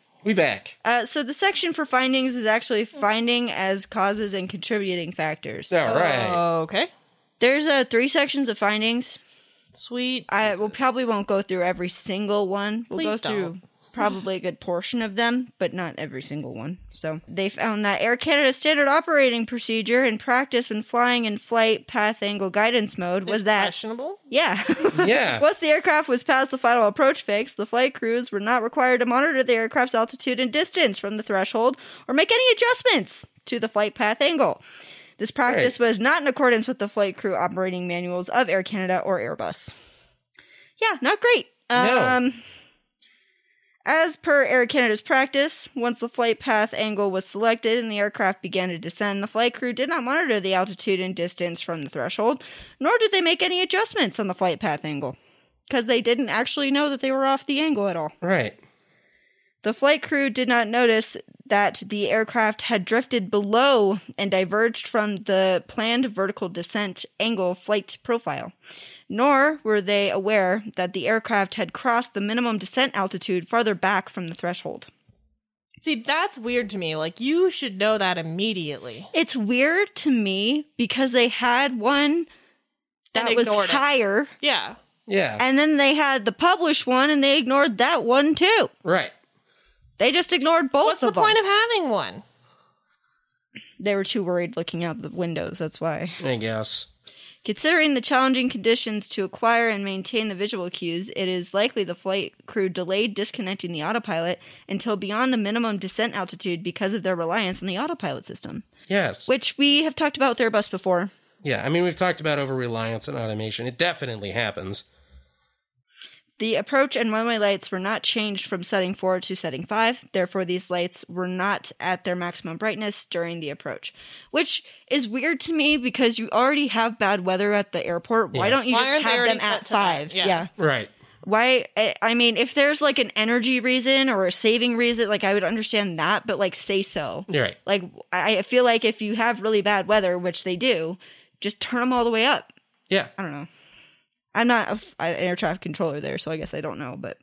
Speaker 2: We back.
Speaker 1: Uh, so the section for findings is actually finding as causes and contributing factors.
Speaker 2: All right.
Speaker 3: Okay.
Speaker 1: There's uh, three sections of findings.
Speaker 3: Sweet.
Speaker 1: I will probably won't go through every single one. We'll go
Speaker 3: Please don't.
Speaker 1: through probably a good portion of them, but not every single one. So they found that Air Canada's standard operating procedure and practice when flying in flight path angle guidance mode was
Speaker 3: Is
Speaker 1: that
Speaker 3: questionable?
Speaker 1: Yeah.
Speaker 2: Yeah.
Speaker 1: Once the aircraft was past the final approach fix, the flight crews were not required to monitor the aircraft's altitude and distance from the threshold or make any adjustments to the flight path angle. This practice was not in accordance with the flight crew operating manuals of Air Canada or Airbus. Yeah, not great.
Speaker 2: No.
Speaker 1: Um, as per Air Canada's practice, once the flight path angle was selected and the aircraft began to descend, the flight crew did not monitor the altitude and distance from the threshold, nor did they make any adjustments on the flight path angle, because they didn't actually know that they were off the angle at all.
Speaker 2: Right.
Speaker 1: The flight crew did not notice that the aircraft had drifted below and diverged from the planned vertical descent angle flight profile, nor were they aware that the aircraft had crossed the minimum descent altitude farther back from the threshold.
Speaker 3: See, that's weird to me. Like, you should know that immediately.
Speaker 1: It's weird to me because they had one
Speaker 3: Then
Speaker 1: that was
Speaker 3: ignored it.
Speaker 1: higher,
Speaker 3: Yeah.
Speaker 2: Yeah.
Speaker 1: and then they had the published one, and they ignored that one too.
Speaker 2: right.
Speaker 1: They just ignored both
Speaker 3: What's the
Speaker 1: of them.
Speaker 3: point of having one?
Speaker 1: they were too worried looking out the windows. That's why.
Speaker 2: I guess.
Speaker 1: Considering the challenging conditions to acquire and maintain the visual cues, it is likely the flight crew delayed disconnecting the autopilot until beyond the minimum descent altitude because of their reliance on the autopilot system,
Speaker 2: Yes.
Speaker 1: which we have talked about with Airbus before.
Speaker 2: Yeah. I mean, we've talked about over reliance on automation. It definitely happens.
Speaker 1: The approach and runway lights were not changed from setting 4 to setting 5, therefore, these lights were not at their maximum brightness during the approach. Which is weird to me because you already have bad weather at the airport. Why
Speaker 2: Yeah.
Speaker 1: don't you
Speaker 3: Why
Speaker 1: just
Speaker 3: aren't they
Speaker 1: have
Speaker 3: already
Speaker 1: them at
Speaker 3: set to that?
Speaker 1: 5?
Speaker 3: Yeah.
Speaker 1: yeah.
Speaker 2: Right.
Speaker 1: Why? I- I mean, if there's like an energy reason or a saving reason, like I would understand that, but like say so.
Speaker 2: You're right.
Speaker 1: Like, I I feel like if you have really bad weather, which they do, just turn them all the way up.
Speaker 2: Yeah.
Speaker 1: I don't know. I'm not a f- an air traffic controller there, so I guess I don't know, but.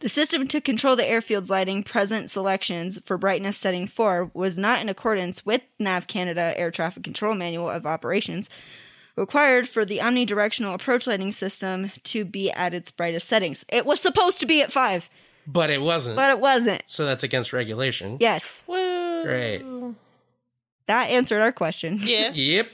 Speaker 1: The system to control the airfield's lighting present selections for brightness setting 4 was not in accordance with NAV Canada Air Traffic Control Manual of Operations, required for the omnidirectional approach lighting system to be at its brightest settings. It was supposed to be at 5,
Speaker 2: But it wasn't.
Speaker 1: but it wasn't.
Speaker 2: so that's against regulation.
Speaker 1: Yes.
Speaker 3: Woo.
Speaker 2: Great.
Speaker 1: That answered our question.
Speaker 3: Yes.
Speaker 2: Yep.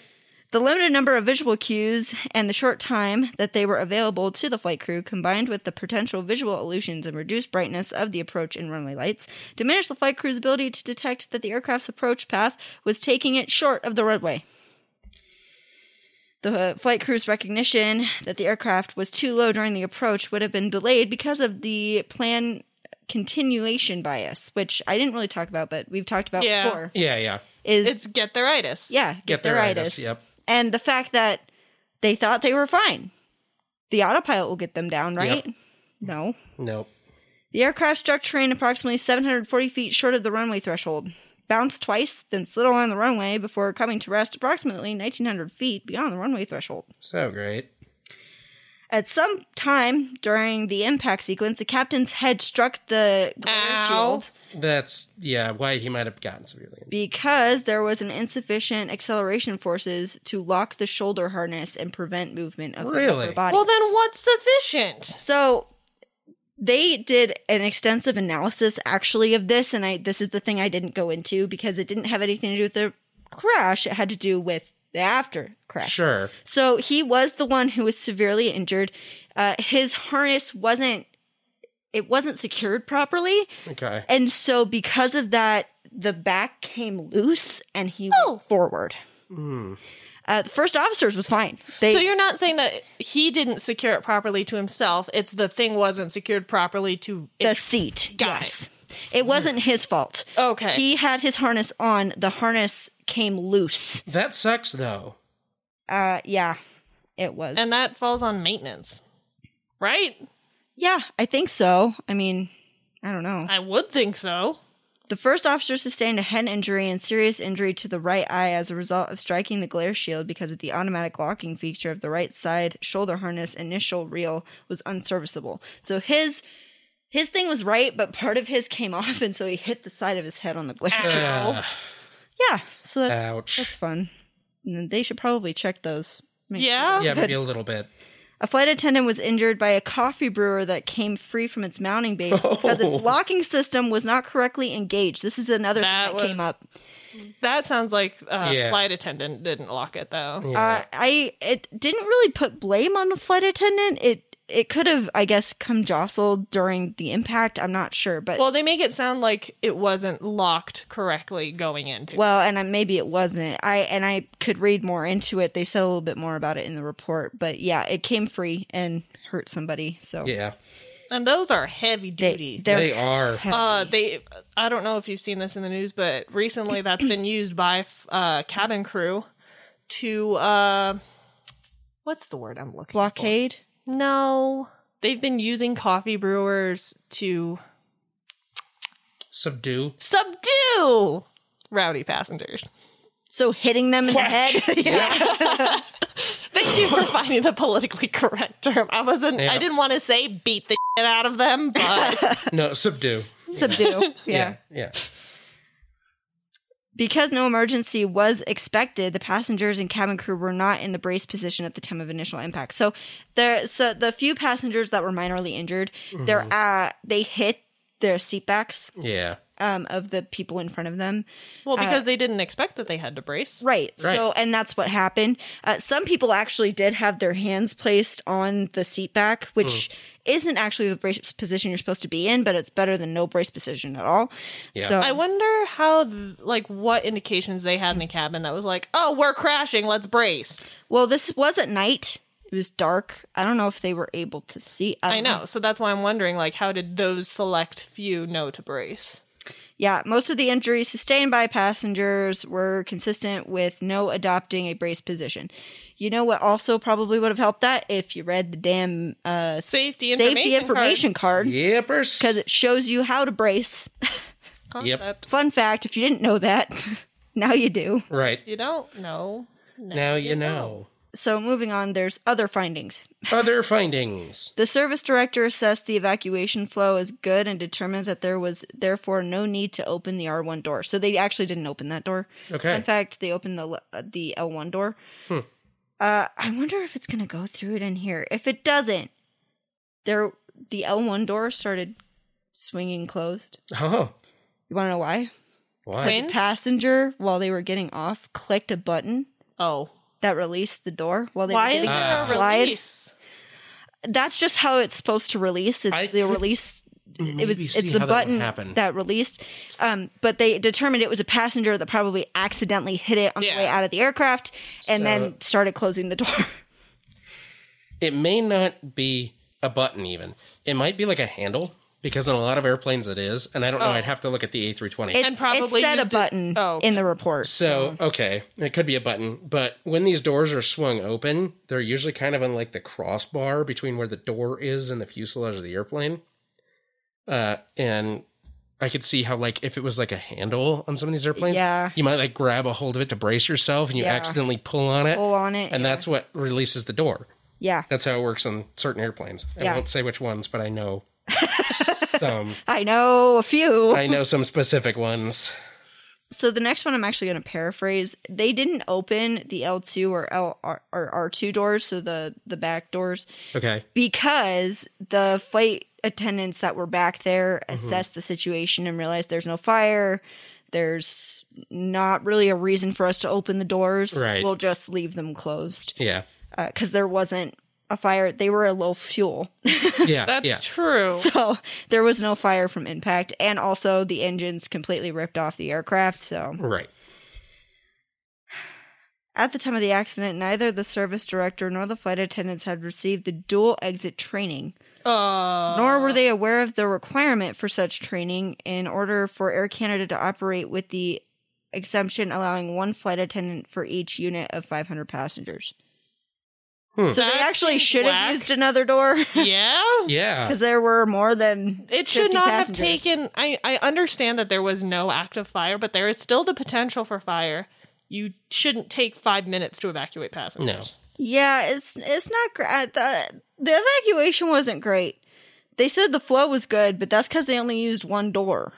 Speaker 1: The limited number of visual cues and the short time that they were available to the flight crew, combined with the potential visual illusions and reduced brightness of the approach and runway lights, diminished the flight crew's ability to detect that the aircraft's approach path was taking it short of the runway. The uh, flight crew's recognition that the aircraft was too low during the approach would have been delayed because of the plan continuation bias, which I didn't really talk about, but we've talked about
Speaker 3: Yeah.
Speaker 1: before.
Speaker 2: Yeah, yeah.
Speaker 1: Is
Speaker 3: It's get theiritis.
Speaker 1: yeah, get, their
Speaker 2: theiritis,
Speaker 1: itis.
Speaker 2: yep.
Speaker 1: And the fact that they thought they were fine. The autopilot will get them down, right?
Speaker 2: Yep.
Speaker 1: No.
Speaker 2: Nope.
Speaker 1: The aircraft struck terrain approximately 740 feet short of the runway threshold, bounced twice, then slid along the runway before coming to rest approximately 1900 feet beyond the runway threshold.
Speaker 2: So great.
Speaker 1: At some time during the impact sequence, the captain's head struck the glare
Speaker 3: Ow.
Speaker 1: shield
Speaker 2: That's yeah. Why he might have gotten severely injured.
Speaker 1: because there was an insufficient acceleration forces to lock the shoulder harness and prevent movement of the
Speaker 2: Really?
Speaker 1: upper body.
Speaker 3: Well, then what's sufficient?
Speaker 1: So they did an extensive analysis actually of this, and I this is the thing I didn't go into because it didn't have anything to do with the crash. It had to do with the after crash.
Speaker 2: Sure.
Speaker 1: So he was the one who was severely injured. Uh, his harness wasn't it wasn't secured properly,
Speaker 2: Okay.
Speaker 1: and so because of that, the back came loose and he went forward. Uh, the first officers was fine. They
Speaker 3: So you're not saying that he didn't secure it properly to himself. It's the thing wasn't secured properly to.
Speaker 1: the seat.
Speaker 3: Got
Speaker 1: yes. It. wasn't his fault.
Speaker 3: Okay.
Speaker 1: He had his harness on. The harness came loose.
Speaker 2: That sucks though.
Speaker 1: Uh yeah. It was.
Speaker 3: and that falls on maintenance, right?
Speaker 1: yeah, I think so. I mean, I don't know.
Speaker 3: I would think so.
Speaker 1: The first officer sustained a head injury and serious injury to the right eye as a result of striking the glare shield because of the automatic locking feature of the right side shoulder harness initial reel was unserviceable. So his his thing was right, but part of his came off and so he hit the side of his head on the glare shield. Yeah. So that's
Speaker 2: Ouch.
Speaker 1: That's fun. And then they should probably check those.
Speaker 3: Yeah.
Speaker 2: yeah, maybe a little bit.
Speaker 1: A flight attendant was injured by a coffee brewer that came free from its mounting base because its locking system was not correctly engaged. This is another
Speaker 3: That
Speaker 1: thing that
Speaker 3: was-
Speaker 1: came up.
Speaker 3: That sounds like uh,
Speaker 2: Yeah.
Speaker 3: flight attendant didn't lock it though.
Speaker 1: Uh, I it didn't really put blame on the flight attendant. It it could have, I guess, come jostled during the impact. I'm not sure, but well,
Speaker 3: Well, they make it sound like it wasn't locked correctly going into. it.
Speaker 1: and I, maybe it wasn't. I and I could read more into it. They said a little bit more about it in the report, but yeah, it came free and hurt somebody. So
Speaker 2: Yeah.
Speaker 3: and those are heavy
Speaker 1: they
Speaker 3: duty.
Speaker 1: they're
Speaker 2: they are.
Speaker 3: uh, they, I don't know if you've seen this in the news, but recently that's been used by f- uh, cabin crew to uh, what's the word I'm looking
Speaker 1: blockade.
Speaker 3: for? No, they've been using coffee brewers to
Speaker 2: Subdue.
Speaker 3: subdue rowdy passengers.
Speaker 1: So hitting them in the head.
Speaker 3: Thank you for finding the politically correct term. I wasn't.
Speaker 2: Yeah.
Speaker 3: I didn't want to say beat the shit out of them, but
Speaker 2: No, subdue.
Speaker 1: Subdue. Yeah.
Speaker 2: Yeah.
Speaker 1: Because no emergency was expected, the passengers and cabin crew were not in the brace position at the time of initial impact. So there so the few passengers that were minorly injured,
Speaker 2: Mm-hmm.
Speaker 1: they're uh they hit their seatbacks
Speaker 2: Yeah.
Speaker 1: um of the people in front of them.
Speaker 3: well, because they didn't expect that they had to brace.
Speaker 1: Right. So,
Speaker 2: Right.
Speaker 1: and that's what happened. Uh, some people actually did have their hands placed on the seat back, which
Speaker 2: Mm.
Speaker 1: isn't actually the brace position you're supposed to be in, but it's better than no brace position at all.
Speaker 2: Yeah.
Speaker 1: So,
Speaker 3: I wonder how, th- like, what indications they had in the cabin that was like, oh, we're crashing, let's brace.
Speaker 1: well, this was at night. It was dark. I don't know if they were able to see.
Speaker 3: I
Speaker 1: don't
Speaker 3: know. So that's why I'm wondering, like, how did those select few know to brace?
Speaker 1: Yeah, most of the injuries sustained by passengers were consistent with no adopting a brace position. You know what also probably would have helped that if you read the damn uh,
Speaker 3: Safety information.
Speaker 1: safety information card
Speaker 2: Yippers.
Speaker 1: because it shows you how to brace.
Speaker 3: Card.
Speaker 2: Yep.
Speaker 3: Concept.
Speaker 1: Fun fact if you didn't know that, now you do.
Speaker 2: Right.
Speaker 3: You don't know. No.
Speaker 2: Now you know.
Speaker 1: So, moving on, there's other findings.
Speaker 2: Other findings.
Speaker 1: The service director assessed the evacuation flow as good and determined that there was therefore no need to open the R1 door. So they actually didn't open that door.
Speaker 2: Okay.
Speaker 1: In fact, they opened the uh, the L1 door. Uh, I wonder if it's gonna go through it in here. If it doesn't, there the L1 door started swinging closed.
Speaker 2: Oh.
Speaker 1: You want to know why?
Speaker 2: Why?
Speaker 3: Wind?
Speaker 1: Passenger, while they were getting off, clicked a button
Speaker 3: Oh.
Speaker 1: that released the door while they
Speaker 3: Why
Speaker 1: were
Speaker 3: is
Speaker 1: getting
Speaker 3: there a
Speaker 1: slide.
Speaker 3: release?
Speaker 1: That's just how it's supposed to release. It's
Speaker 2: I
Speaker 1: the
Speaker 2: could
Speaker 1: release. It was
Speaker 2: maybe see
Speaker 1: it's the
Speaker 2: how that would
Speaker 1: button
Speaker 2: happen.
Speaker 1: that released, um, but they determined it was a passenger that probably accidentally hit it on
Speaker 3: Yeah.
Speaker 1: the way out of the aircraft, and
Speaker 2: So-
Speaker 1: then started closing the door.
Speaker 2: It may not be a button, even. It might be like a handle, because in a lot of airplanes it is. And I don't know. I'd have to look at the A320.
Speaker 1: Oh. It's,
Speaker 3: probably
Speaker 1: it said a
Speaker 3: used it-
Speaker 1: button
Speaker 3: Oh,
Speaker 1: in the report.
Speaker 2: So, okay, it could be a button, but when these doors are swung open, they're usually kind of on like the crossbar between where the door is and the fuselage of the airplane. Uh, and I could see how, like, if it was like a handle on some of these airplanes,
Speaker 1: Yeah.
Speaker 2: you might like grab a hold of it to brace yourself and you
Speaker 1: Yeah.
Speaker 2: accidentally pull on it,
Speaker 1: Pull on it,
Speaker 2: and
Speaker 1: yeah.
Speaker 2: that's what releases the door.
Speaker 1: yeah,
Speaker 2: That's how it works on certain airplanes. I
Speaker 1: Yeah.
Speaker 2: won't say which ones, but I know some.
Speaker 1: I know a few.
Speaker 2: I know some specific ones.
Speaker 1: So the next one I'm actually going to paraphrase. They didn't open the L2 or L or R2 doors, so the the back doors,
Speaker 2: Okay.
Speaker 1: because the flight attendants that were back there assessed the situation and realized there's no fire. There's not really a reason for us to open the doors.
Speaker 2: Right.
Speaker 1: We'll just leave them closed
Speaker 2: Yeah.
Speaker 1: because there wasn't a fire. They were a low fuel.
Speaker 2: Yeah.
Speaker 3: That's
Speaker 2: yeah.
Speaker 3: true.
Speaker 1: so there was no fire from impact. And also, the engines completely ripped off the aircraft. So.
Speaker 2: Right.
Speaker 1: At the time of the accident, neither the service director nor the flight attendants had received the dual exit training,
Speaker 3: Uh,
Speaker 1: nor were they aware of the requirement for such training in order for Air Canada to operate with the exemption allowing one flight attendant for each unit of 500 passengers.
Speaker 2: Hmm.
Speaker 1: So they
Speaker 3: That
Speaker 1: actually
Speaker 3: seems
Speaker 1: should have
Speaker 3: whack.
Speaker 1: used another door
Speaker 3: yeah.
Speaker 2: Yeah.
Speaker 1: because there were more than
Speaker 3: It should
Speaker 1: 50
Speaker 3: not
Speaker 1: passengers.
Speaker 3: have taken. I, I understand that there was no active fire, but there is still the potential for fire. You shouldn't take five minutes to evacuate passengers.
Speaker 1: Yeah, it's it's not great. The, the evacuation wasn't great. They said the flow was good, but that's because they only used one door.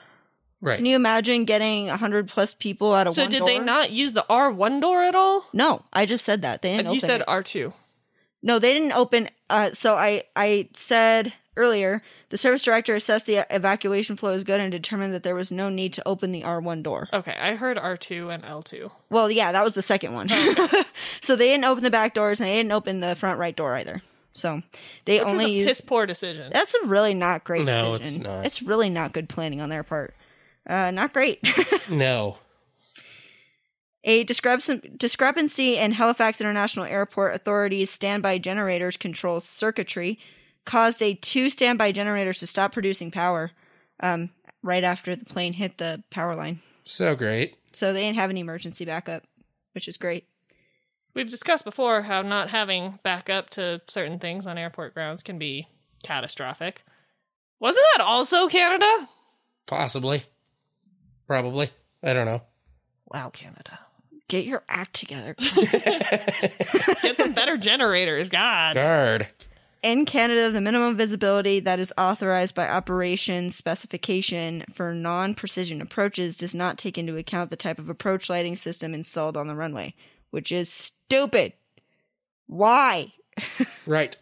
Speaker 2: Right.
Speaker 1: Can you imagine getting 100 plus people out of
Speaker 3: So
Speaker 1: one
Speaker 3: did
Speaker 1: door?
Speaker 3: they not use the R one door at all?
Speaker 1: No, I just said that. They didn't
Speaker 3: And you
Speaker 1: open
Speaker 3: said
Speaker 1: it.
Speaker 3: R two.
Speaker 1: No, they didn't open. Uh, so I, I said earlier, the service director assessed the evacuation flow as good and determined that there was no need to open the R1 door.
Speaker 3: Okay, I heard R two and L two.
Speaker 1: Well, yeah, that was the second one.
Speaker 3: Oh,
Speaker 1: so they didn't open the back doors and they didn't open the front right door either. So they
Speaker 3: Which was
Speaker 1: only
Speaker 3: a
Speaker 1: used.
Speaker 3: piss poor decision.
Speaker 1: That's a really not great
Speaker 2: No, it's
Speaker 1: decision.
Speaker 2: not.
Speaker 1: It's really not good planning on their part. Uh, not great.
Speaker 2: No.
Speaker 1: A discrepan- discrepancy in Halifax International Airport authorities' standby generators control circuitry caused a two standby generators to stop producing power um, right after the plane hit the power line.
Speaker 2: So great.
Speaker 1: So they didn't have any emergency backup, which is great.
Speaker 3: We've discussed before how not having backup to certain things on airport grounds can be catastrophic. Wasn't that also Canada?
Speaker 2: Possibly. Probably. I don't know.
Speaker 3: Wow, Canada.
Speaker 1: Get your act together.
Speaker 3: Get some better generators, God.
Speaker 2: Guard.
Speaker 1: in Canada, the minimum visibility that is authorized by operation specification for non precision approaches does not take into account the type of approach lighting system installed on the runway, which is stupid. Why?
Speaker 2: Right.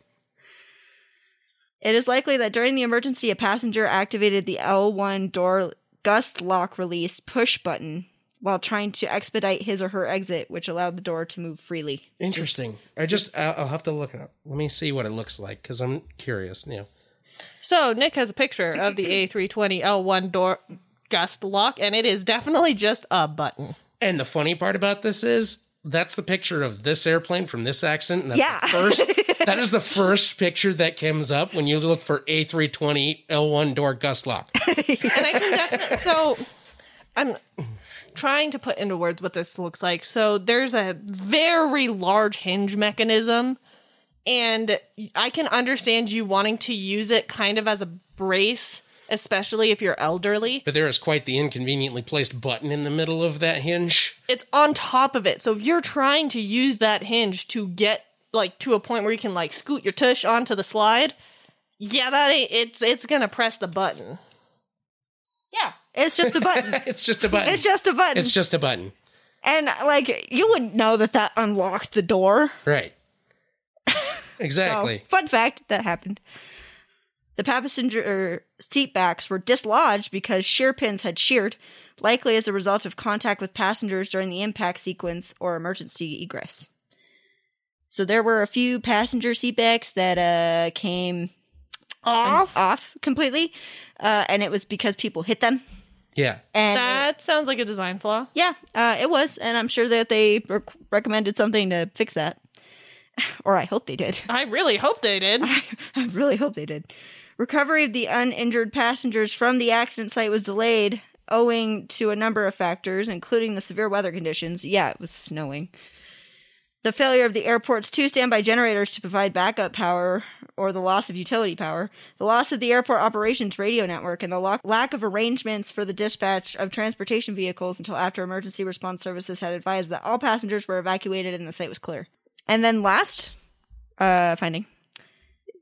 Speaker 1: It is likely that during the emergency, a passenger activated the L1 door gust lock release push button while trying to expedite his or her exit, which allowed the door to move freely.
Speaker 2: Interesting. I just I'll I'll have to look it up. Let me see what it looks like because I'm curious. Yeah.
Speaker 3: So, Nick has a picture of the A320 L1 door gust lock, and it is definitely just a button.
Speaker 2: And the funny part about this is that's the picture of this airplane from this accident. And that's
Speaker 1: Yeah.
Speaker 2: The first, that is the first picture that comes up when you look for A320 L1 door gust lock.
Speaker 3: and I can definitely so I'm trying to put into words what this looks like. So there's a very large hinge mechanism and I can understand you wanting to use it kind of as a brace, especially if you're elderly.
Speaker 2: But there is quite the inconveniently placed button in the middle of that hinge.
Speaker 3: It's on top of it. So if you're trying to use that hinge to get like to a point where you can like scoot your tush onto the slide, yeah, that ain't, it's it's going to press the button.
Speaker 1: Yeah. It's just a button.
Speaker 2: It's just a button.
Speaker 1: it's just a button.
Speaker 2: It's just a button.
Speaker 1: And like you wouldn't know that that unlocked the door.
Speaker 2: Right.
Speaker 1: So,
Speaker 2: Exactly.
Speaker 1: fun fact that happened. er, The passenger seat backs were dislodged because shear pins had sheared, likely as a result of contact with passengers during the impact sequence or emergency egress. So there were a few passenger seatbacks that uh, came
Speaker 3: Off.
Speaker 1: off completely, uh, and it was because people hit them.
Speaker 2: Yeah.
Speaker 1: And
Speaker 3: That sounds like a design flaw.
Speaker 1: yeah, uh, it was, and I'm sure that they rec- recommended something to fix that, or I hope they did.
Speaker 3: I really hope they did.
Speaker 1: I really hope they did. Recovery of the uninjured passengers from the accident site was delayed owing to a number of factors, including the severe weather conditions. Yeah, it was snowing. The failure of the airport's two standby generators to provide backup power or the loss of utility power, the loss of the airport operations radio network, and the lo- lack of arrangements for the dispatch of transportation vehicles until after emergency response services had advised that all passengers were evacuated and the site was clear. And then last uh, finding.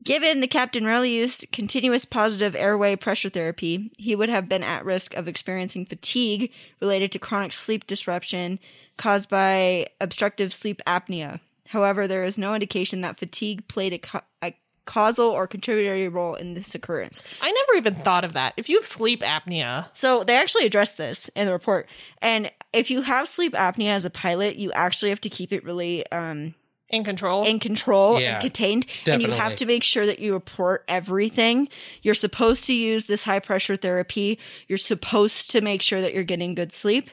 Speaker 1: Given the captain rarely used continuous positive airway pressure therapy, he would have been at risk of experiencing fatigue related to chronic sleep disruption caused by obstructive sleep apnea. However, there is no indication that fatigue played a, ca- a causal or contributory role in this occurrence.
Speaker 3: I never even thought of that. If you have sleep apnea,
Speaker 1: So they actually addressed this in the report. And if you have sleep apnea as a pilot, you actually have to keep it really um,
Speaker 3: in control.
Speaker 1: in control
Speaker 2: Yeah,
Speaker 1: and contained and you have
Speaker 2: definitely.
Speaker 1: to make sure that you report everything you're supposed to use this high pressure therapy you're supposed to make sure that you're getting good sleep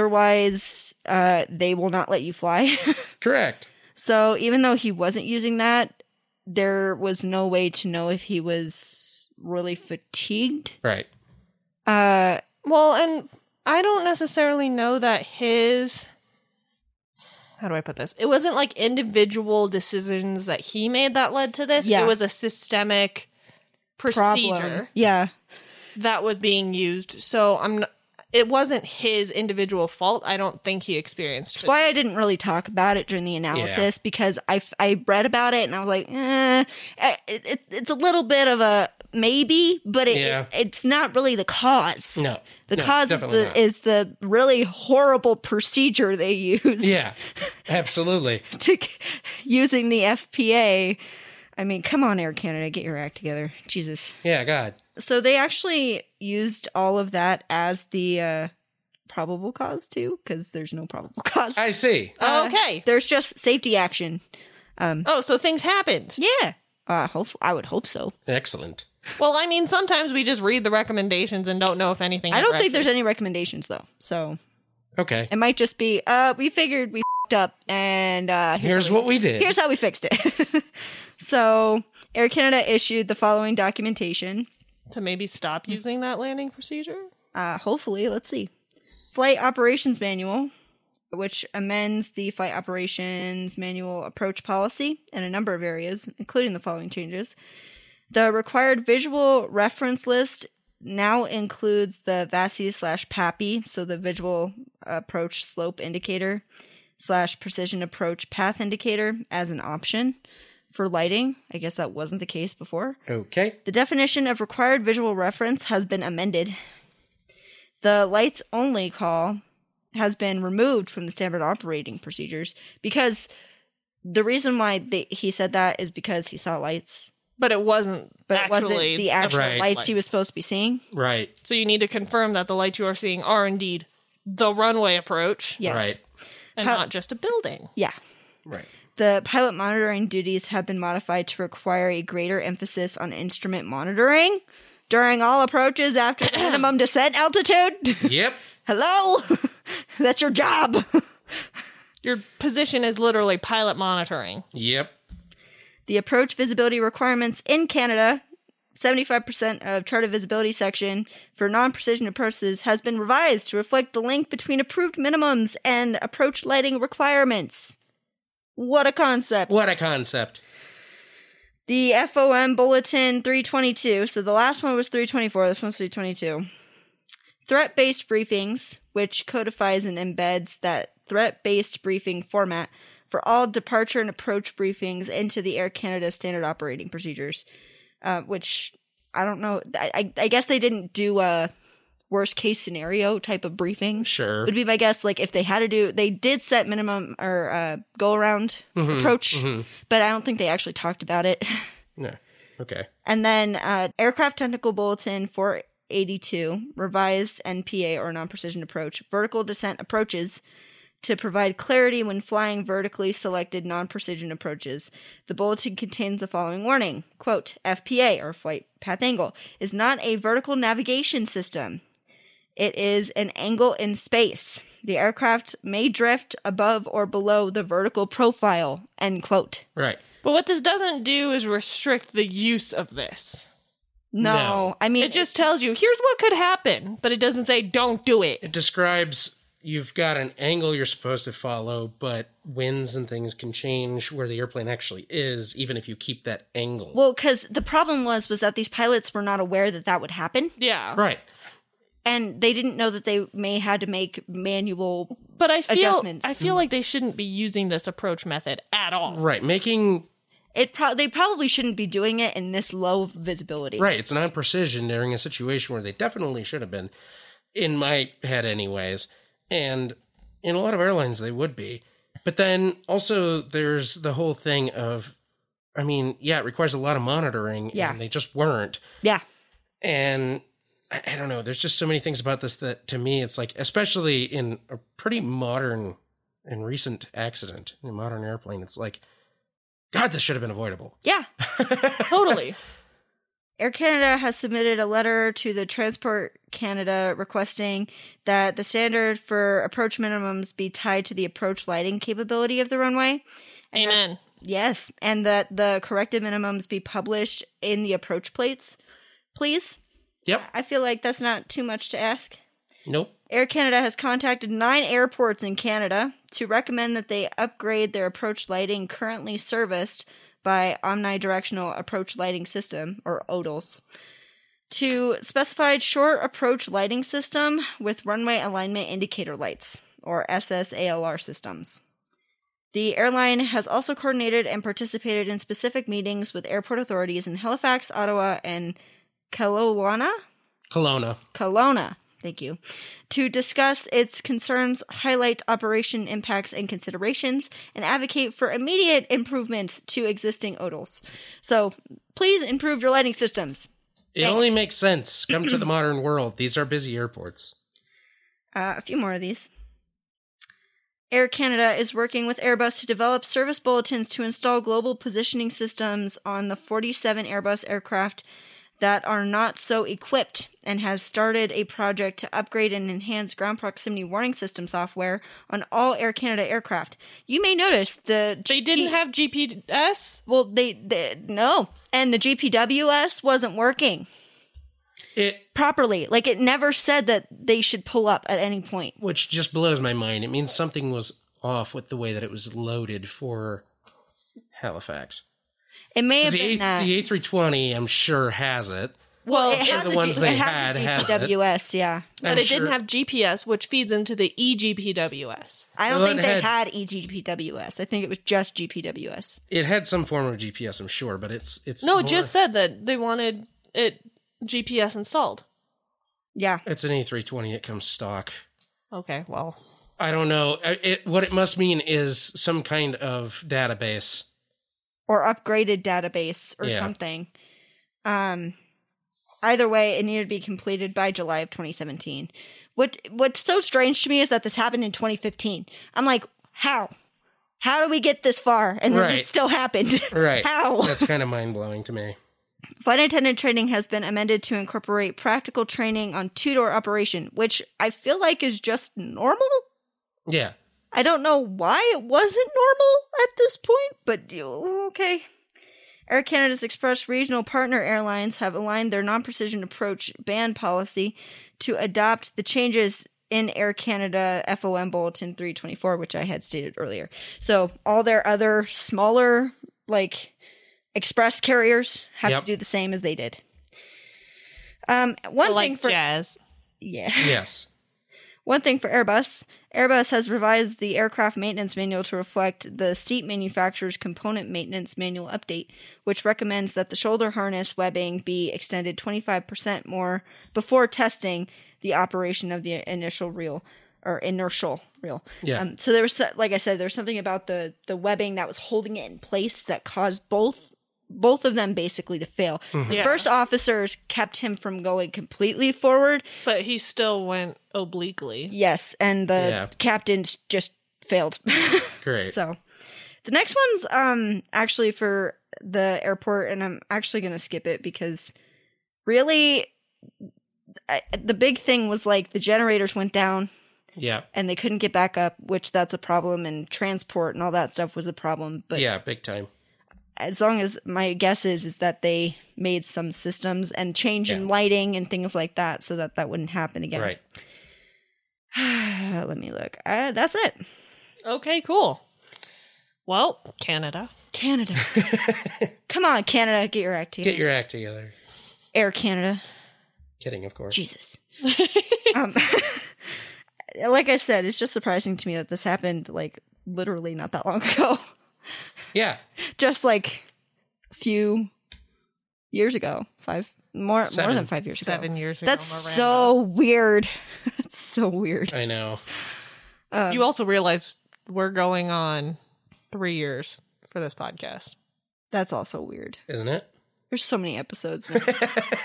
Speaker 1: otherwise uh, they will not let you fly
Speaker 2: Correct.
Speaker 1: so even though he wasn't using that there was no way to know if he was really fatigued
Speaker 2: Right.
Speaker 1: uh,
Speaker 3: well, and I don't necessarily know that his. How do I put this? It wasn't like individual decisions that he made that led to this.
Speaker 1: Yeah.
Speaker 3: It was a systemic procedure.
Speaker 1: problem yeah
Speaker 3: that was being used. So I'm not, it wasn't his individual fault. I don't think he experienced
Speaker 1: That's
Speaker 3: it.
Speaker 1: why I didn't really talk about it during the analysis because I, f- I read about it and I was like, eh, I- it, it, it's a little bit of a maybe, but it,
Speaker 2: Yeah.
Speaker 1: it- it's not really the cause.
Speaker 2: No.
Speaker 1: The
Speaker 2: No,
Speaker 1: cause is
Speaker 2: definitely
Speaker 1: the,
Speaker 2: not.
Speaker 1: is the really horrible procedure they use
Speaker 2: Yeah. Absolutely.
Speaker 1: to c- using the FPA. I mean, come on, Air Canada, get your act together. Jesus.
Speaker 2: Yeah. God.
Speaker 1: So they actually used all of that as the uh, probable cause too, because there's no probable cause.
Speaker 2: I see.
Speaker 3: Oh, okay.
Speaker 1: Uh, There's just safety action.
Speaker 3: Oh, so things happened.
Speaker 1: Yeah. Uh, hope I would hope so.
Speaker 2: Excellent.
Speaker 3: Well, I mean, sometimes we just read the recommendations and don't know if anything.
Speaker 1: I don't think
Speaker 3: corrected.
Speaker 1: there's any recommendations though, so
Speaker 2: Okay.
Speaker 1: it might just be uh we figured we fed up and uh
Speaker 2: Here's what we did.
Speaker 1: here's how we fixed it. so Air Canada issued the following documentation.
Speaker 3: to maybe stop using that landing procedure.
Speaker 1: Uh, hopefully, let's see. Flight Operations Manual, which amends the Flight Operations Manual approach policy in a number of areas, including the following changes. The required visual reference list now includes the VASI slash PAPI, so the visual approach slope indicator slash precision approach path indicator as an option for lighting. I guess that wasn't the case before.
Speaker 2: okay.
Speaker 1: The definition of required visual reference has been amended. The lights only call has been removed from the standard operating procedures because the reason why they, he said that is because he saw lights,
Speaker 3: But it wasn't.
Speaker 1: but
Speaker 3: actually,
Speaker 1: it wasn't the actual
Speaker 2: Right.
Speaker 1: lights he was supposed to be seeing.
Speaker 2: Right.
Speaker 3: So you need to confirm that the lights you are seeing are indeed the runway approach
Speaker 1: Yes.
Speaker 2: Right.
Speaker 3: and
Speaker 1: How-
Speaker 3: not just a building.
Speaker 1: Yeah.
Speaker 2: Right.
Speaker 1: The pilot monitoring duties have been modified to require a greater emphasis on instrument monitoring during all approaches after the minimum descent altitude.
Speaker 2: Yep.
Speaker 1: Hello? That's your job.
Speaker 3: Your position is literally pilot monitoring.
Speaker 2: Yep.
Speaker 1: the approach visibility requirements in Canada, 75% of chart of visibility section for non precision approaches has been revised to reflect the link between approved minimums and approach lighting requirements. What a concept.
Speaker 2: What a concept.
Speaker 1: The FOM Bulletin 322, so the last one was 324, this one's 322. Threat based briefings, which codifies and embeds that threat based briefing format for all departure and approach briefings into the Air Canada standard operating procedures, uh, which I don't know. I, I, I guess they didn't do a worst case scenario type of briefing
Speaker 2: Sure.
Speaker 1: would be my guess. Like if they had to do, they did set minimum or uh, go around approach, but I don't think they actually talked about it.
Speaker 2: No. Okay.
Speaker 1: And then uh, aircraft technical bulletin 4 82, revised NPA or non precision approach, vertical descent approaches to provide clarity when flying vertically selected non-precision approaches. The bulletin contains the following warning. Quote, FPA, or flight path angle, is not a vertical navigation system. It is an angle in space. The aircraft may drift above or below the vertical profile, end quote.
Speaker 2: Right.
Speaker 3: But what this doesn't do is restrict the use of this.
Speaker 1: No,
Speaker 2: No.
Speaker 1: I mean,
Speaker 3: It just tells you here's what could happen, but it doesn't say don't do it.
Speaker 2: It describes you've got an angle you're supposed to follow, but winds and things can change where the airplane actually is, even if you keep that angle.
Speaker 1: well, because the problem was was that these pilots were not aware that that would happen,
Speaker 3: Yeah.
Speaker 2: right.
Speaker 1: and they didn't know that they may had to make manual.
Speaker 3: But I feel
Speaker 1: Adjustments.
Speaker 3: I feel like they shouldn't be using this approach method at all.
Speaker 2: Right. Making
Speaker 1: It pro- they probably shouldn't be doing it in this low of visibility.
Speaker 2: Right, it's non precision during a situation where they definitely should have been, in my head, anyways. And in a lot of airlines, they would be. But then also, there's the whole thing of, I mean, yeah, it requires a lot of monitoring,
Speaker 1: Yeah.
Speaker 2: and they just weren't.
Speaker 1: Yeah.
Speaker 2: And I, I don't know, there's just so many things about this that to me, it's like, especially in a pretty modern and recent accident in a modern airplane, it's like, God, this should have been avoidable.
Speaker 1: Yeah.
Speaker 3: Totally.
Speaker 1: Air Canada has submitted a letter to the Transport Canada requesting that the standard for approach minimums be tied to the approach lighting capability of the runway.
Speaker 3: Amen.
Speaker 1: Yes, and that the corrected minimums be published in the approach plates. Please.
Speaker 2: Yep.
Speaker 1: I feel like that's not too much to ask.
Speaker 2: Nope.
Speaker 1: Air Canada has contacted nine airports in Canada to recommend that they upgrade their approach lighting currently serviced by Omnidirectional Approach Lighting System, or ODLS, to specified short approach lighting system with runway alignment indicator lights, or SSALR systems. The airline has also coordinated and participated in specific meetings with airport authorities in Halifax, Ottawa, and Kelowna,
Speaker 2: Kelowna.
Speaker 1: Kelowna, thank you, to discuss its concerns, highlight operation impacts and considerations, and advocate for immediate improvements to existing odals. So please improve your lighting systems.
Speaker 2: It only makes sense. Come to the modern world. These are busy airports.
Speaker 1: Uh, a few more of these. Air Canada is working with Airbus to develop service bulletins to install global positioning systems on the 47 Airbus aircraft that are not so equipped and has started a project to upgrade and enhance ground proximity warning system software on all Air Canada aircraft. You may notice the
Speaker 3: They didn't have GPS.
Speaker 1: well they, they no and the GPWS wasn't working
Speaker 2: It
Speaker 1: properly. Like it never said that they should pull up at any point.
Speaker 2: which just blows my mind. It means something was off with the way that it was loaded for Halifax.
Speaker 1: It may
Speaker 2: 'Cause
Speaker 1: have
Speaker 2: The,
Speaker 1: been
Speaker 2: A,
Speaker 1: that.
Speaker 2: the A320, I'm sure, has it.
Speaker 1: Well,
Speaker 3: Well,
Speaker 1: it
Speaker 2: so
Speaker 1: has
Speaker 2: the
Speaker 1: a
Speaker 2: ones
Speaker 1: G-
Speaker 2: they
Speaker 1: it has a
Speaker 2: had has it.
Speaker 1: GPWS, yeah.
Speaker 3: But
Speaker 2: I'm
Speaker 3: it
Speaker 2: sure-
Speaker 3: didn't have GPS, which feeds into the E eGPWS.
Speaker 1: I don't
Speaker 2: Well,
Speaker 1: think
Speaker 2: it
Speaker 1: they
Speaker 2: had-
Speaker 1: had E eGPWS. I think it was just GPWS.
Speaker 2: It had some form of GPS, I'm sure, but it's it's
Speaker 3: No,
Speaker 2: more-
Speaker 3: it just said that they wanted it GPS installed.
Speaker 1: Yeah.
Speaker 2: it's an A320. It comes stock.
Speaker 3: Okay, well,
Speaker 2: I don't know. I- It, what it must mean is some kind of database.
Speaker 1: Or upgraded database or
Speaker 2: Yeah.
Speaker 1: something. Um either way, it needed to be completed by July of 2017. What what's so strange to me is that this happened in 2015. I'm like, how? How do we get this far and then
Speaker 2: Right.
Speaker 1: this still happened?
Speaker 2: Right.
Speaker 1: How?
Speaker 2: That's kind of mind blowing to me.
Speaker 1: Flight attendant training has been amended to incorporate practical training on two door operation, which I feel like is just normal.
Speaker 2: Yeah.
Speaker 1: I don't know why it wasn't normal at this point, but you- okay. Air Canada's Express regional partner airlines have aligned their non precision approach ban policy to adopt the changes in Air Canada FOM Bulletin 324, which I had stated earlier. So all their other smaller, like, express carriers have
Speaker 2: Yep.
Speaker 1: to do the same as they did. Um, one thing
Speaker 3: like
Speaker 1: for
Speaker 3: jazz.
Speaker 1: yeah.
Speaker 2: Yes.
Speaker 1: One thing for Airbus Airbus has revised the aircraft maintenance manual to reflect the seat manufacturer's component maintenance manual update, which recommends that the shoulder harness webbing be extended 25% more before testing the operation of the initial reel or inertial reel.
Speaker 2: Yeah.
Speaker 1: Um, so there was, so- like I said, there's something about the the webbing that was holding it in place that caused both both of them basically to fail. The
Speaker 3: Yeah.
Speaker 1: first officers kept him from going completely forward.
Speaker 3: But he still went obliquely.
Speaker 1: Yes, and the
Speaker 2: Yeah.
Speaker 1: captain just failed.
Speaker 2: Great.
Speaker 1: So the next one's um actually for the airport, and I'm actually gonna skip it because really I, the big thing was like the generators went down
Speaker 2: yeah.
Speaker 1: and they couldn't get back up, which that's a problem, and transport and all that stuff was a problem. But
Speaker 2: yeah, big time.
Speaker 1: as long as my guess is is that they made some systems and change in
Speaker 2: Yeah.
Speaker 1: lighting and things like that so that that wouldn't happen again.
Speaker 2: Right.
Speaker 1: Let me look. Uh, that's it.
Speaker 3: Okay, cool. Well, Canada.
Speaker 1: Canada. Come on, Canada, get your act together.
Speaker 2: Get your act together.
Speaker 1: Air Canada.
Speaker 2: Kidding, of course.
Speaker 1: Jesus. um, like I said, it's just surprising to me that this happened like literally not that long ago.
Speaker 2: Yeah.
Speaker 1: just like a few years ago. Five more more
Speaker 2: Seven.
Speaker 1: than five years
Speaker 3: Seven
Speaker 1: ago.
Speaker 3: years ago.
Speaker 1: That's
Speaker 3: Miranda.
Speaker 1: so weird. That's so weird.
Speaker 2: I know.
Speaker 3: You also realize we're going on three years for this podcast.
Speaker 1: That's also weird.
Speaker 2: Isn't it?
Speaker 1: There's so many episodes. Now.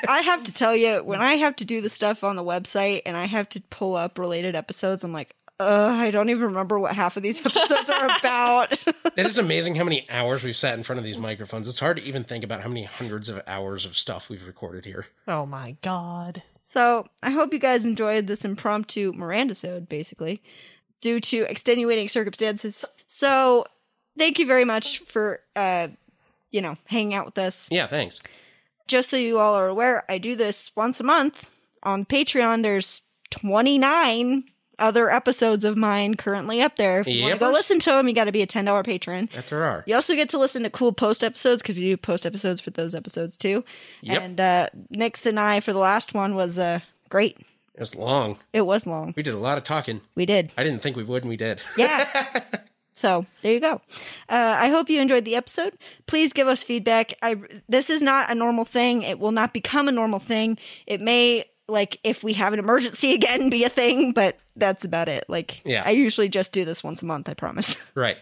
Speaker 1: I have to tell you, when I have to do the stuff on the website and I have to pull up related episodes, I'm like, uh, I don't even remember what half of these episodes are about.
Speaker 2: It is amazing how many hours we've sat in front of these microphones. It's hard to even think about how many hundreds of hours of stuff we've recorded here.
Speaker 3: Oh my god.
Speaker 1: So I hope you guys enjoyed this impromptu Miranda-sode, basically, due to extenuating circumstances. So thank you very much for, uh, you know, hanging out with us.
Speaker 2: Yeah, thanks.
Speaker 1: Just so you all are aware, I do this once a month on Patreon. There's 29 other episodes of mine currently up there. If you want to
Speaker 2: Yep.
Speaker 1: go listen to them, you got to be a $10 patron.
Speaker 2: That there are.
Speaker 1: You also get to listen to cool post episodes because we do post episodes for those episodes too.
Speaker 2: Yep.
Speaker 1: And uh, Nick's and I for the last one was uh, great.
Speaker 2: It's long.
Speaker 1: It was long.
Speaker 2: We did a lot of talking.
Speaker 1: We did.
Speaker 2: I didn't think we would, and we did.
Speaker 1: Yeah. so there you go. Uh, I hope you enjoyed the episode. Please give us feedback. I this is not a normal thing. It will not become a normal thing. It may like if we have an emergency again be a thing, but that's about it. Like
Speaker 2: Yeah.
Speaker 1: I usually just do this once a month. I promise.
Speaker 2: Right.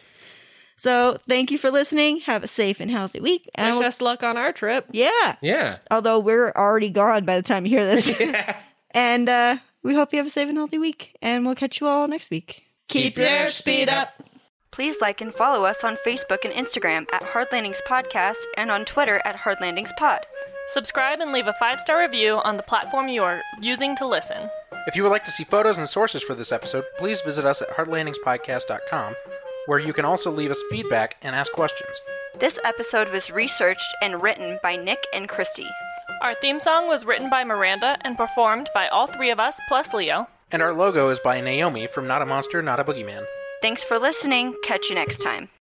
Speaker 1: So thank you for listening. Have a safe and healthy week. And
Speaker 3: Wish
Speaker 1: we'll-
Speaker 3: us luck on our trip.
Speaker 1: yeah.
Speaker 2: Yeah.
Speaker 1: Although we're already gone by the time you hear this. And uh, we hope you have a safe and healthy week. And we'll catch you all next week.
Speaker 2: Keep your
Speaker 3: speed up.
Speaker 1: Please like and follow us on Facebook and Instagram at Hardlandings Podcast and on Twitter at Hardlandings Pod.
Speaker 4: Subscribe and leave a five star review on the platform you are using to listen.
Speaker 5: If you would like to see photos and sources for this episode, please visit us at heartlandingspodcast.com, where you can also leave us feedback and ask questions.
Speaker 1: This episode was researched and written by Nick and Christy.
Speaker 4: Our theme song was written by Miranda and performed by all three of us plus Leo.
Speaker 5: And our logo is by Naomi from Not a Monster, Not a Boogeyman.
Speaker 1: Thanks for listening. Catch you next time.